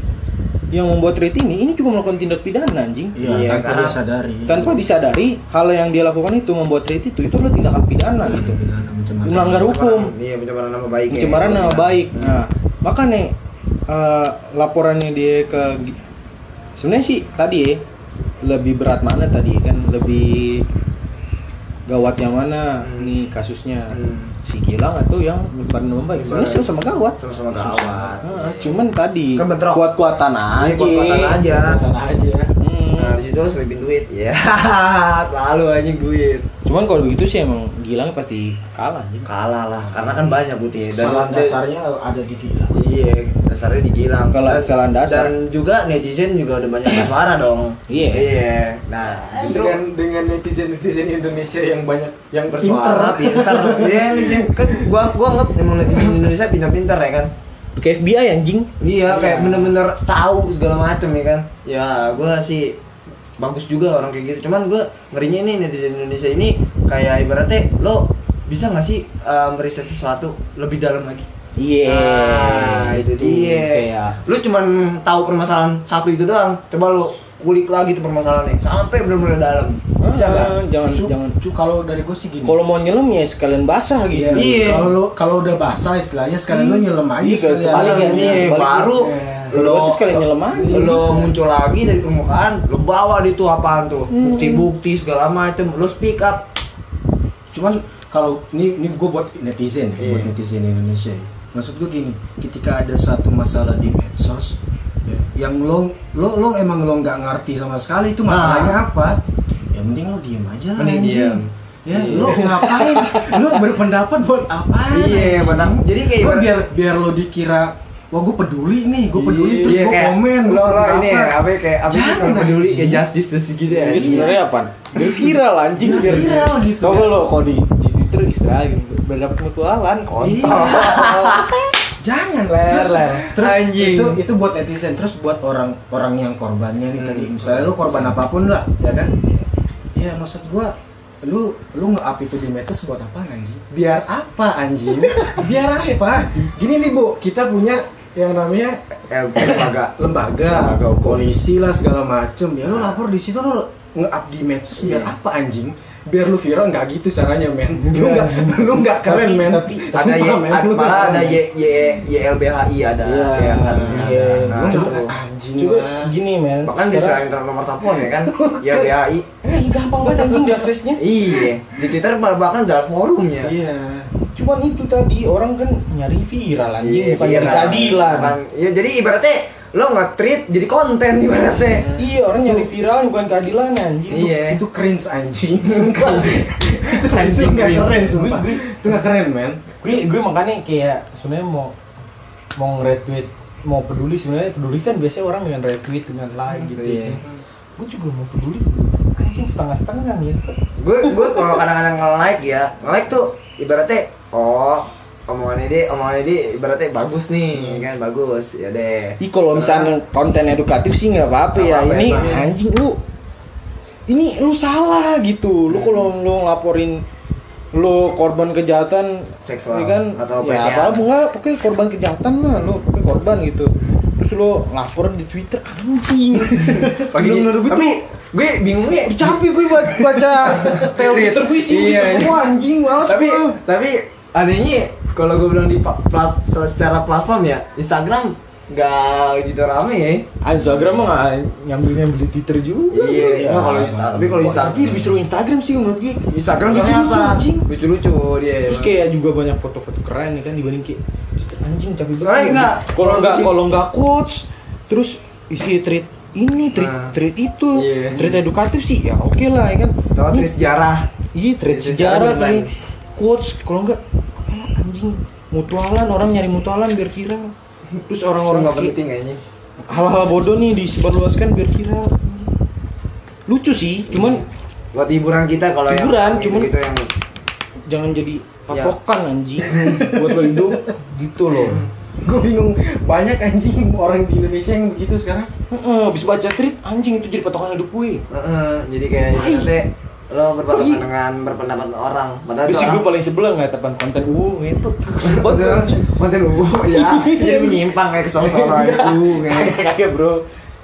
S7: yang membuat reti ini ini juga melakukan tindak pidana anjing
S3: Iya,
S1: Iya,
S3: tanpa
S1: karena-
S3: dia sadari.
S7: tanpa disadari hal yang dia lakukan itu membuat reti itu itu adalah tindakan pidana gitu
S3: Pidana
S1: Iya,
S3: pencemaran.
S7: melanggar hukum
S1: Pencemaran- Iya, pencemaran nama baik. ya.
S7: pencemaran nama
S1: Iya.
S7: baik. Nah, makanya eh, laporannya dia ke sebenarnya sih tadi ya lebih berat mana tadi kan lebih gawat yang mana
S1: Hmm.
S7: nih kasusnya
S1: Hmm.
S7: si Gilang atau yang nyebarin nama baik sebenarnya
S1: Nyebarin.
S7: sama-sama gawat
S1: Sama-sama gawat.
S7: Ah, cuman tadi
S1: Kan bentrok.
S7: kuat-kuatan
S1: Iya,
S7: aja
S1: kuat-kuatan aja.
S3: Tanpa aja.
S7: Hmm.
S1: Nah, di situ harus lebih duit ya. Selalu anjing duit.
S7: cuman kalau begitu sih emang Gilang pasti kalah anjing.
S1: Kalah lah, karena kan banyak putih dan
S3: Salah
S1: dan-
S3: dasarnya ada di dia.
S1: Iya, dasarnya digilang.
S7: Kalau
S1: Dan-
S7: kesalahan dasar.
S1: Dan juga netizen juga udah banyak suara dong.
S7: Iya.
S1: Iya. Nah, justru
S3: Dengan dengan netizen netizen Indonesia yang banyak yang
S1: bersuara
S3: bersuara.
S1: pintar. Iya, netizen kan gua gua anggap emang netizen Indonesia pintar-pintar ya kan.
S7: kayak FBI anjing
S1: Iya, kayak
S3: Iya.
S1: bener-bener tahu segala macem ya kan. Ya, gua sih bagus juga orang kayak gitu. Cuman gua ngerinya nih netizen Indonesia ini kayak ibaratnya lo bisa nggak sih eh, meriset sesuatu lebih dalam lagi?
S7: iya
S1: Nah, itu dia.
S7: kayak
S1: Lu cuman tahu permasalahan satu itu doang. Coba lu kulik lagi tuh permasalahannya sampai bener-bener dalam. Bisa
S7: Ah,
S1: nggak?
S7: jangan
S3: Su-
S7: jangan
S3: cu- kalau dari gue sih gini.
S7: kalau mau nyelam ya sekalian basah gitu.
S3: Iya.
S1: Iya.
S3: Kalau lu- kalau udah basah istilahnya sekarang lu nyelam aja
S7: Iya,
S3: sekalian.
S7: kebalik ya,
S3: Iya.
S1: Iya,
S7: balik.
S1: baru
S7: Lu dosis sekalian nyelam aja.
S1: Lo muncul lagi dari permukaan, lo bawa di tuh apaan tuh? Bukti-bukti segala macem, lo speak up.
S3: Cuman kalau ini ini gue buat netizen, ya,
S1: Iya.
S3: buat netizen Indonesia. ya. Maksud gue gini, ketika ada satu masalah di medsos ya, yang lo lo lo emang lo nggak ngerti sama sekali itu masalahnya apa? Ya mending lo diem aja lah.
S1: Nah. Mending
S3: anjing.
S1: diem. Iya.
S3: Ya, lo ngapain? lo berpendapat buat apa?
S1: Iya, benar. Jadi kayak
S3: Lo
S1: ibarat-
S3: biar biar lo dikira wah gue peduli nih, gue peduli
S1: Iya,
S3: terus
S1: iya,
S3: gue
S1: kayak
S3: komen,
S1: lo lo
S3: gua
S1: ini ya,
S3: berpendapat.
S1: apa ya, kayak apa sih
S3: Jangan,
S1: kalau peduli
S3: anjing. Iya,
S1: kayak justice justice gitu ya.
S7: Ini sebenarnya apa? Biar viral anjing
S3: Biar viral gitu.
S7: Coba lo kalau di, di Twitter istirahat gitu. Berdapat mutualan kontol.
S3: Jangan
S7: Iya. Ler,
S3: terus,
S7: ler.
S3: terus
S1: Anjing.
S3: itu itu
S7: Hmm.
S3: buat netizen terus buat orang orang yang korbannya nih tadi misalnya lu korban apapun lah ya kan Iya, maksud gua lu lu nge-up itu di medsos buat apa anjing? Biar apa anjing? Biar apa? Gini nih, Bu, kita punya yang namanya
S1: eh lembaga
S3: lembaga,
S1: Lembaga hukum.
S3: polisi lah segala macem ya lu lapor di situ lu nge-up di medsos biar
S1: Iya.
S3: apa anjing biar lu viral nggak gitu caranya men lu nggak lu nggak keren men tapi
S1: ada Y, ad- malah ada Y, Y, YLBHI ada
S2: Iya,
S1: yayasan
S2: iya.
S1: nah,
S3: lu
S1: itu.
S3: nggak anjing
S7: Juga
S3: lah.
S7: gini men.
S1: bahkan bisa
S7: sekarang-
S1: enter nomor telepon ya kan YLBHI
S7: Ih, gampang banget anjing diaksesnya.
S1: iya di Twitter bah- bahkan ada forumnya
S3: iya
S7: Cuman itu tadi orang kan nyari viral
S1: Iya,
S7: anjing bukan
S1: iya,
S7: nyari
S1: nah.
S7: keadilan.
S1: Bukan- ya jadi ibaratnya lo nge-treat jadi konten ibaratnya
S7: Iya orang nyari viral bukan keadilan anjing.
S3: itu,
S1: Iya.
S3: itu cringe anjing sumpah itu anjing
S7: Anjing
S3: nggak
S7: cringe.
S3: keren sumpah
S7: Gue-
S3: itu nggak keren men
S7: Gue gue makanya kayak sebenarnya mau mau retweet mau peduli sebenarnya peduli kan biasanya orang dengan retweet dengan like gitu.
S1: Iya.
S7: ya. Gue juga mau peduli anjing setengah-setengah gitu.
S1: gue gue kalau kadang-kadang nge-like ya nge-like tuh ibaratnya oh omongannya dia omongannya dia ibaratnya bagus nih kan bagus ya deh
S7: Hmm. Ih kalau misalnya konten edukatif sih nggak apa-apa
S1: Nggak
S7: ya.
S1: apa-apa,
S7: ini
S1: emang.
S7: anjing lu ini lu salah gitu.
S1: Hmm.
S7: Lu kalau lu ngelaporin lu korban kejahatan
S1: Seksual
S7: ya kan
S1: atau
S7: ya
S1: pelecehan.
S7: apa enggak pokoknya korban kejahatan lah lu pokoknya korban gitu terus lu lapor di Twitter anjing
S1: Pagi-
S7: bener-bener gue
S1: tapi
S7: tuh
S1: gue bingung ya
S7: capek gue buat baca teori Twitter gue sih
S1: Iya, iya.
S7: semua anjing males
S1: tapi
S7: gue.
S1: tapi anehnya kalau gue bilang di pa- plat, secara platform ya Instagram nggak gitu rame ya
S7: Ah, Instagram mah nggak nyambil-nyambil di Twitter juga Ya,
S1: iya nah, kalau Insta- tapi kalau
S7: tapi
S1: Instagram
S7: lebih seru Instagram sih menurut gue
S1: Instagram
S7: Lucu-lucu,
S1: soalnya apa
S7: anjing.
S1: lucu-lucu dia
S7: terus kayak juga banyak foto-foto keren ya kan dibanding kayak "Buset, anjing tapi
S1: Soalnya enggak.
S7: kalau enggak
S1: Isi-
S7: kalau enggak quotes terus isi treat ini treat
S1: Nah.
S7: treat itu
S1: Iya.
S7: treat edukatif sih ya oke lah ya kan
S1: tahu
S7: Ini-
S1: trik sejarah
S7: iya treat
S1: treat sejarah
S7: sejarah treat
S1: beneran.
S7: quotes kalau enggak apalah anjing mutualan orang nyari mutualan biar viral terus
S1: orang
S7: orang-orang
S1: nggak
S7: kayak gitu.
S1: penting kayaknya
S7: hal-hal bodoh nih disebarluaskan biar viral lucu sih cuman
S1: buat hiburan kita kalau yang
S7: Hiburan, cuman-
S1: gitu yang
S7: jangan jadi
S1: Ya.
S7: patokan anjing buat lo hidup gitu loh
S3: gue bingung banyak anjing orang di Indonesia yang begitu sekarang
S7: Heeh, habis baca tweet anjing itu jadi patokan hidup gue
S1: Heeh, jadi kayak
S7: Hai.
S1: nanti lo berpatokan
S7: Hai.
S1: dengan berpendapat orang padahal
S7: Gue
S1: itu
S7: sih gue
S1: orang-
S7: paling sebel nggak tepan konten uh itu kesel
S1: Padahal
S7: banget
S1: konten ubu ya jadi menyimpang kayak
S3: Iya.
S1: kesel-keselan itu kayak
S7: kakek bro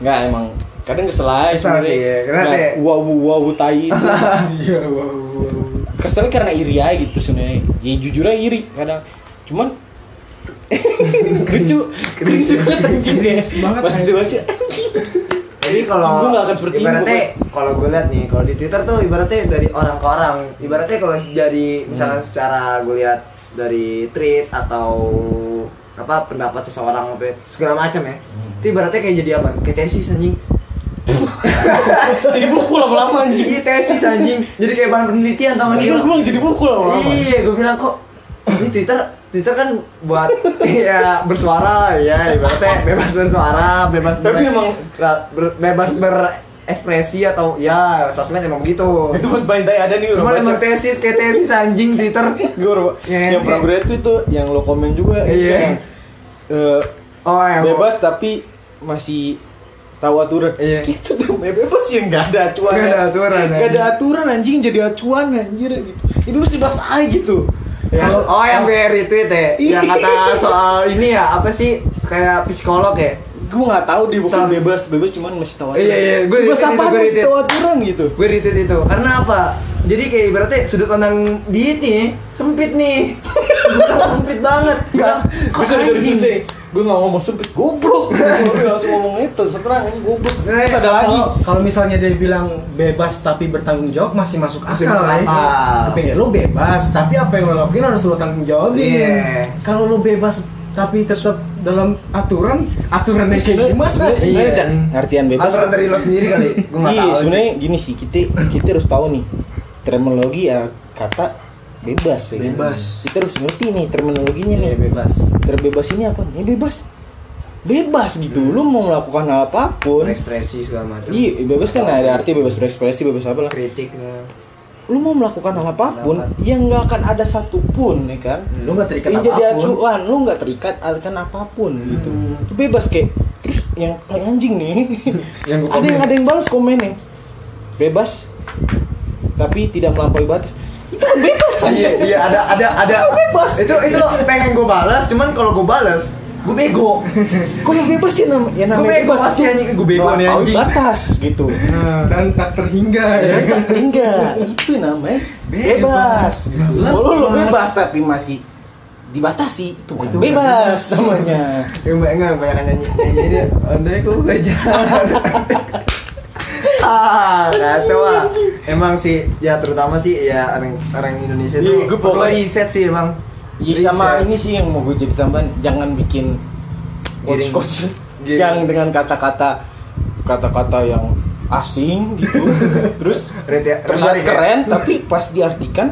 S7: nggak emang kadang kesel aja
S1: Kesel sih, ya. Karena
S7: Nggak,
S1: kayak-
S7: wow wow tai itu.
S3: iya wow, wow.
S7: kesel karena iri aja gitu sebenarnya ya jujur aja iri kadang cuman lucu lucu banget anjing deh
S3: banget,
S7: pas
S3: anjing.
S7: dibaca
S1: Jadi
S7: Gue
S1: kalau
S7: nggak akan seperti ini,
S1: ibaratnya
S7: pokoknya.
S1: kalau gue lihat nih, kalau di Twitter tuh ibaratnya dari orang ke orang. Ibaratnya kalau dari misalkan secara gue lihat dari tweet atau apa pendapat seseorang apa ya, segala macam ya. Itu ibaratnya kayak jadi apa? Kayak tesis anjing.
S7: jadi buku lama-lama anjing
S1: Iya tesis anjing. Jadi kayak bahan penelitian tau gak sih
S7: Iya,
S1: lo?
S7: gue jadi buku lama-lama
S1: Iya, gue bilang kok ini Twitter Twitter kan buat ya bersuara lah, ya ibaratnya bebas bersuara, bebas
S7: Tapi
S1: beres-
S7: emang-
S1: ra- ber- bebas berekspresi atau ya sosmed emang gitu." begitu.
S7: itu buat paling tai ada nih
S1: Cuman
S7: orang baca.
S1: emang tesis kayak tesis anjing Twitter.
S7: gue baru
S1: Iya,
S7: yang pernah
S1: iya.
S7: gue liat tuh itu yang lo komen juga itu
S1: Iya.
S7: yang, eh,
S1: Oh, ya,
S7: bebas tapi masih tahu aturan
S1: Iya.
S7: itu tuh ya bebas ya nggak ada acuan
S1: Nggak ada aturan,
S7: nggak ada
S1: anjing.
S7: aturan anjing jadi acuan anjir gitu itu mesti bahas aja gitu
S1: Ya,
S7: Kalau-
S1: oh yang gue retweet ya, yang kata soal ini ya apa sih kayak psikolog ya?
S7: gue nggak tahu dia bukan
S1: Soal-
S7: bebas bebas cuman masih tahu
S3: Eh,
S1: Iya, iya, gue
S7: bebas
S1: retweet,
S7: apa
S1: gue
S7: masih
S1: retweet.
S7: tahu aturan gitu
S1: gue retweet itu karena apa jadi kayak ibaratnya sudut pandang diet nih sempit nih Bukan sempit banget
S7: Enggak,
S1: Apa
S7: gue sorry sorry
S1: anjing?
S7: sorry Gue gak ngomong sempit, goblok Gue langsung ngomong itu, sekarang ini goblok
S1: Eh,
S7: Terus ada lagi
S3: Kalau- kalau misalnya dia bilang bebas tapi bertanggung jawab masih masuk
S1: Masih
S3: akal.
S1: masuk
S3: Lai.
S1: akal.
S2: Iya.
S3: Tapi ya lo bebas, tapi apa yang lo lakuin harus lo tanggung jawabin.
S1: Iya.
S3: Kalau lo bebas tapi tetap dalam aturan,
S7: Iya.
S3: aturannya kayak gimana?
S7: Sebenarnya- sebenarnya
S1: Iya.
S7: ada artian bebas
S1: aturan dari lo sendiri kali gue nggak
S7: Iya,
S1: tahu sih.
S7: sebenarnya gini sih kita kita harus tahu nih terminologi ya kata bebas ya. kan?
S3: Bebas.
S7: Kita harus ngerti nih terminologinya nih.
S1: Iya, bebas
S7: Terbebas ini apa? Ya bebas. Bebas gitu.
S1: Hmm.
S7: Lu mau melakukan hal apapun.
S1: berekspresi segala macam
S7: Iya, bebas kan ada arti bebas berekspresi, bebas apa lah.
S1: kritik nah.
S7: Lu mau melakukan hal apapun
S1: Pendapat.
S7: yang nggak akan ada satupun, ya kan?
S3: Lo nggak terikat
S7: Ini jadi
S3: apapun.
S7: acuan, lu nggak terikat akan apapun gitu. Lu Bebas kayak terus yang paling anjing nih.
S1: Yang gua
S7: ada yang
S1: komen.
S7: ada yang balas komennya. Bebas. tapi tidak melampaui batas itu kan bebas
S1: Iya,
S7: anjing. kan
S1: iya ada ada ada.
S7: Bebas.
S1: Itu itu pengen gue balas, cuman kalau gue balas, gue bego.
S7: kok yang bebas ya nam ya namanya
S1: Gua bego pasti, anjing. Gua bego nih,
S7: melampaui
S1: anjing.
S7: batas gitu
S3: dan tak
S7: Iya,
S3: terhingga ya kan?
S7: enggak itu namanya bebas,
S3: Bebas.
S7: Gitu.
S3: Bebas.
S7: Kalau lu bebas tapi masih dibatasi itu bukan
S3: bukan
S7: bebas
S3: bebas.
S7: namanya
S1: Yang banyak nggak kan, banyak nyanyi nyanyi dia.
S3: andai ku belajar
S1: Ah, kacau ah. Emang sih, ya terutama sih ya orang orang Indonesia
S7: Iya,
S1: tuh
S7: gua
S1: perlu
S7: pokoknya-
S1: riset sih emang.
S7: ya sama ini sih yang mau gue jadi tambahan jangan bikin
S1: Giring.
S7: quotes-quotes
S1: Giring.
S7: yang dengan kata-kata kata-kata yang asing gitu terus
S1: Rete-
S7: terlihat
S1: menarik ya?
S7: keren tapi pas diartikan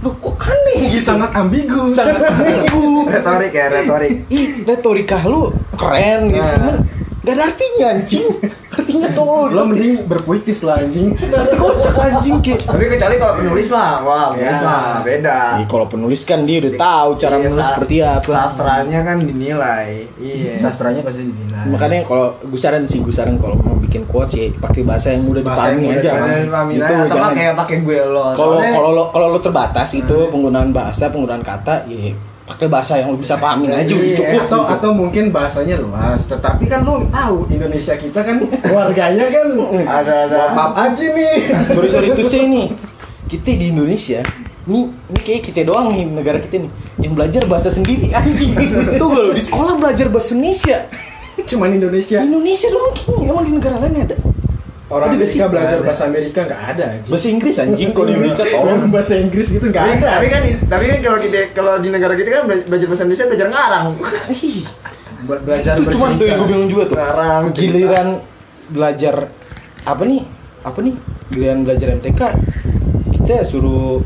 S7: lu kok
S1: Iya,
S7: aneh gitu
S3: sangat ambigu
S7: sangat ambigu
S1: Retorik ya, retorik.
S7: Ih, retorika lu keren gitu.
S1: Nah.
S7: Cuman gak ada artinya anjing. Artinya tolol.
S3: lo mending berpuitis lah anjing
S7: Nanti kocak anjing ki.
S1: Tapi kecuali kalau penulis mah, wah penulis
S7: Ya.
S1: mah beda.
S7: Ih, kalau penulis kan dia udah tahu cara
S1: Iya,
S7: menulis
S1: sa-
S7: seperti apa.
S1: Sastranya kan dinilai. Iya.
S2: Sastranya pasti dinilai.
S7: Makanya kalau gue saran sih gue saran kalau mau bikin quotes ya pakai bahasa yang mudah
S3: Bahasa yang
S7: dipahami
S3: mudah
S7: aja.
S1: Bener,
S7: Bang.
S1: Mami.
S7: Gitu,
S1: Nah, atau nggak
S7: jangan-
S1: kayak pakai gue lo.
S7: Kalau
S1: Soalnya-
S7: kalau lo- kalau lo terbatas itu penggunaan bahasa, penggunaan kata, ya pakai bahasa yang lo bisa pahamin aja udah
S1: Iya,
S7: cukup.
S3: atau
S7: gitu.
S3: atau mungkin bahasanya luas tetapi kan lo tahu Indonesia kita kan warganya kan
S1: Ada, ada.
S3: Wapap aja nih
S7: sorry sorry itu sih nih kita di Indonesia nih ini kayak kita doang nih negara kita nih yang belajar bahasa sendiri anjing tuh gak lo di sekolah belajar bahasa Indonesia
S3: cuman Indonesia
S7: di Indonesia doang mungkin emang di negara lain ada
S3: orang
S7: Ada gak sih?
S3: Amerika belajar
S1: Ada. Iya.
S3: bahasa Amerika nggak ada anjing
S7: bahasa Inggris anjing kalau di Indonesia tolong
S2: Iya.
S3: Orang bahasa Inggris gitu nggak
S1: Tapi,
S3: ada
S1: tapi kan tapi kan kalau kita kalau di negara kita kan bela- belajar bahasa Indonesia belajar ngarang.
S7: Ih,
S3: Buat belajar
S2: Iya.
S7: itu cuma tuh yang gue
S3: bercerita
S7: bingung juga tuh
S1: Ngarang
S7: giliran belajar apa nih apa nih giliran belajar MTK kita suruh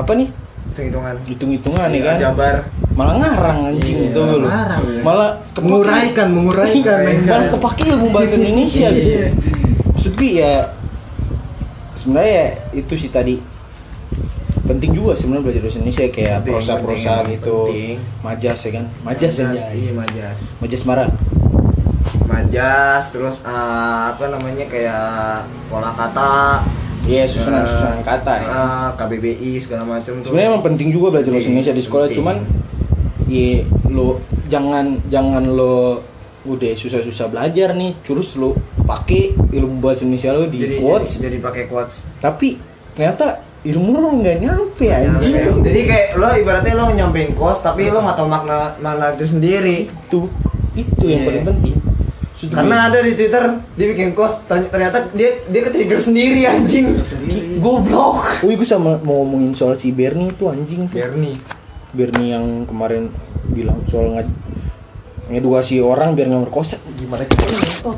S7: apa nih
S1: hitung-hitungan.
S7: hitung-hitungan ya kan
S1: Jabar.
S7: malah ngarang anjing
S1: Iya,
S7: itu lo
S3: ngarang, ya.
S7: malah kepake-
S3: menguraikan menguraikan
S1: Iya,
S3: men.
S7: malah kepake ilmu bahasa Indonesia gitu
S3: Iya.
S7: maksud gue ya sebenarnya ya itu sih tadi penting juga sebenarnya belajar bahasa Indonesia kayak
S1: Penting,
S7: prosa-prosa
S1: penting,
S7: gitu
S1: penting.
S7: majas ya kan majas aja
S1: Iya, majas.
S7: majas marah
S1: Majas terus eh, apa namanya kayak pola kata
S7: iya
S1: eh,
S7: susunan-susunan kata ya
S1: eh, KBBI segala macam tuh.
S7: sebenarnya emang penting juga belajar bahasa
S1: Penting,
S7: Indonesia di sekolah
S1: penting.
S7: cuman ya lo jangan jangan lo udah susah-susah belajar nih terus lo pakai ilmu bahasa Indonesia lo di
S1: jadi,
S7: quotes
S1: jadi, jadi pakai quotes
S7: tapi ternyata ilmu lo nggak nyampe anjing
S1: jadi kayak lo ibaratnya lo nyampein quotes tapi lo nggak tahu makna makna itu sendiri
S7: itu itu yang
S1: Iya.
S7: paling penting Maksud gue,
S1: karena ada di twitter dia bikin quotes tanya- ternyata dia dia ke trigger sendiri anjing
S3: sendiri.
S1: goblok
S7: Wih, gue Oh, iya, sama mau ngomongin soal si Bernie itu anjing tuh.
S1: Bernie
S7: Bernie yang kemarin bilang soal ngaj ngedukasi orang biar nggak merkosa gimana caranya ngentot?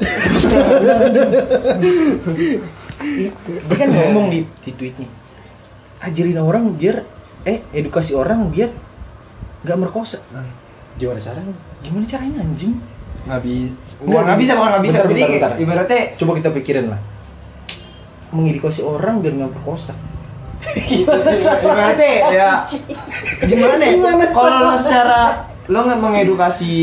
S7: dia kan ngomong di, di tweetnya ajarin orang biar eh edukasi orang biar nggak merkosa
S1: Hmm.
S3: Gimana caranya?
S7: gimana caranya anjing
S3: Nggak bisa.
S1: Bukan nggak bisa, bukan nggak bisa.
S7: Bentar,
S1: Jadi
S7: bentar, bentar.
S1: ibaratnya
S7: coba kita pikirin lah mengedukasi orang biar nggak merkosa
S1: ibaratnya ya gimana? ya? Kalau lo secara lo nggak mengedukasi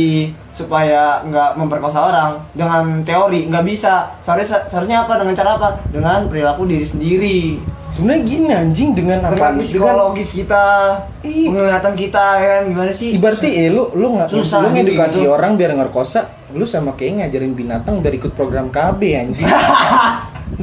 S1: supaya nggak memperkosa orang dengan teori nggak bisa. Seharusnya seharusnya apa dengan cara apa? Dengan perilaku diri sendiri.
S7: sebenarnya gini anjing dengan apa
S1: Dengan psikologis kita,
S7: Ih.
S1: penglihatan kita ya kan gimana sih?
S7: Ibaratnya eh, lu lu nggak
S1: Susah,
S7: lu
S1: gitu.
S7: ngedukasi orang biar ngerkosa, lu sama kayak ngajarin binatang biar ikut program KB anjing.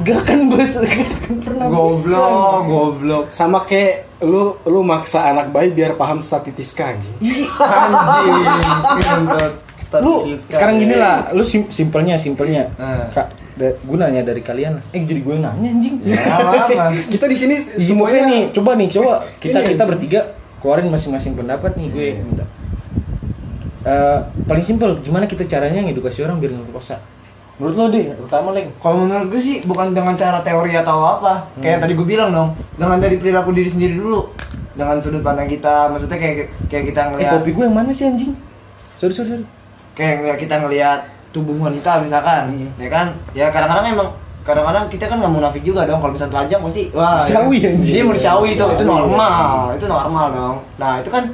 S7: Gak kan gue kan pernah
S1: Goblok, goblok.
S3: Iya. Sama kayak lu lu maksa anak bayi biar paham statistika anjing.
S1: Anjing. kentut.
S7: bisa. Lu sekarang gini lah, lu sim- simpelnya simpelnya.
S1: Eh.
S7: Kak, da- gue nanya dari kalian. Eh jadi gue nanya anjing.
S1: Ya, apa-apa.
S3: Kita di sini
S7: Jadi pokoknya
S3: semuanya
S7: nih, coba nih, coba kita
S3: Ini Iya.
S7: kita
S3: anjing.
S7: bertiga keluarin masing-masing pendapat nih gue minta. Eh, paling simpel gimana kita caranya ngedukasi orang biar nggak merkosa? Menurut lo deh, utama leng. Eh,
S1: Kalau menurut gue sih bukan dengan cara teori atau apa. Kayak tadi gue bilang dong, dengan dari perilaku diri sendiri dulu. Dengan sudut pandang kita, maksudnya kayak kayak kita
S7: Eh
S3: Ya.
S1: ngelihat
S7: kopi gue yang mana sih anjing? Sorry sorry sorry.
S1: kayak ngeliat- kita ngelihat tubuh wanita misalkan,
S3: Hmm.
S1: ya kan? Ya kadang-kadang emang kadang-kadang kita kan nggak munafik juga dong kalau misalnya telanjang pasti wah ya kan?
S7: Manusiawi, anjing.
S1: Iya, manusiawi itu itu
S7: Manusiawi.
S1: normal itu normal dong nah itu kan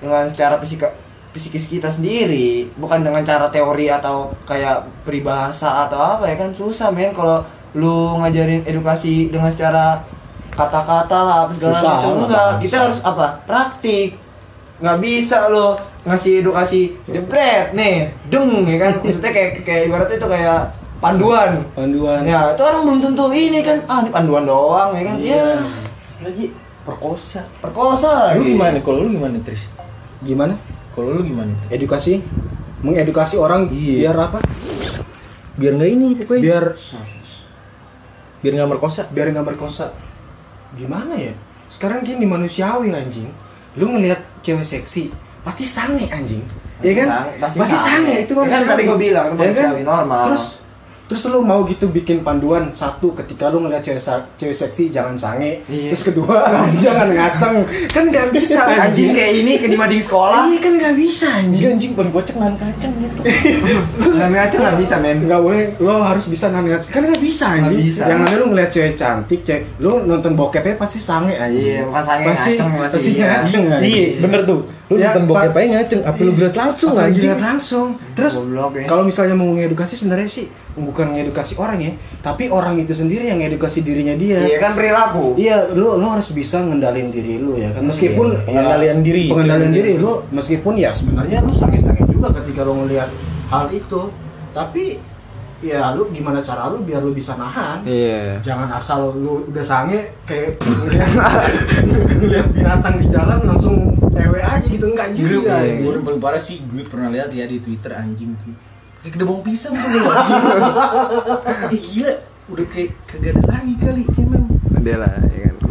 S1: dengan secara psika, psikis kita sendiri bukan dengan cara teori atau kayak peribahasa atau apa ya kan susah men kalau lu ngajarin edukasi dengan secara kata-kata lah apa segala
S3: Susah,
S1: macam
S3: nggak
S1: enggak
S3: bisa.
S1: kita harus apa praktik nggak bisa lo ngasih edukasi jebret nih deng ya kan maksudnya kayak kayak ibaratnya itu kayak panduan
S3: panduan
S1: ya itu orang belum tentu ini kan ah ini panduan doang ya kan ya
S3: Iya. lagi perkosa
S1: perkosa
S3: Iya.
S7: Eh, Lu
S1: lagi.
S7: gimana? Kalau lu gimana, Tris?
S3: gimana
S7: Kalau lu gimana? Tris?
S3: edukasi mengedukasi orang
S7: Iya.
S3: biar apa
S7: Biar nggak ini pokoknya. Biar
S3: biar
S7: biar nggak merkosa.
S3: biar nggak berkosa gimana ya sekarang gini manusiawi anjing lu ngelihat cewek seksi pasti sange anjing ya kan
S1: Sange, pasti sange.
S3: sange itu
S1: Ya kan
S3: manusiawi.
S1: tadi gua bilang, itu
S3: Ya kan?
S1: manusiawi, normal.
S3: terus terus lu mau gitu bikin panduan satu ketika lu ngelihat cewek, sa- cewek seksi jangan sange
S1: Iya.
S3: terus kedua jangan ngaceng kan nggak bisa
S1: anjing
S3: anjing
S1: kayak ini ke dibanding sekolah
S3: iya kan nggak bisa anjing
S7: anjing paling kocak nahan kacang gitu.
S1: nggak ngaca nggak bisa men
S3: nggak boleh lo harus bisa nanya kan nggak bisa anjing
S1: Nggak bisa.
S3: yang ada lo ngeliat cewek cantik cewek lo nonton bokepnya pasti sange
S1: Iya,
S3: anjing
S1: bukan sange,
S3: pasti
S1: ngaceng pasti,
S3: pasti
S1: iya.
S3: ngaceng anjing.
S7: Iya, bener tuh. Lu
S3: Ya,
S7: nonton bokep
S3: Pak.
S7: aja ngaceng, apa lu lihat langsung
S3: Apa
S7: anjing?
S3: dilihat langsung terus
S1: Goblok, ya.
S3: kalau misalnya mau ngedukasi sebenarnya sih bukan ngedukasi orang ya tapi orang itu sendiri yang ngedukasi dirinya dia
S1: iya kan perilaku
S3: Iya, lu lu harus bisa ngendalin diri lu ya kan. Meskipun
S7: Iya, pengendalian
S3: ya,
S7: diri. iya,
S3: Pengendalian diri lu meskipun ya sebenarnya lu sange-sange juga ketika lu ngelihat hal itu. Tapi ya lu gimana cara lu biar lu bisa nahan.
S1: iya
S3: Jangan asal lu udah sange kayak ngelihat ngelihat binatang di jalan langsung ewe aja gitu enggak
S2: Gue
S7: iya,
S3: juga. ya.
S2: gue paling parah sih gue pernah lihat ya di Twitter anjing tuh. Kayak kena bawang pisang tuh lu anjing. Ih gila, udah kayak kagak ada lagi kali kayak memang.
S1: Mandela ya kan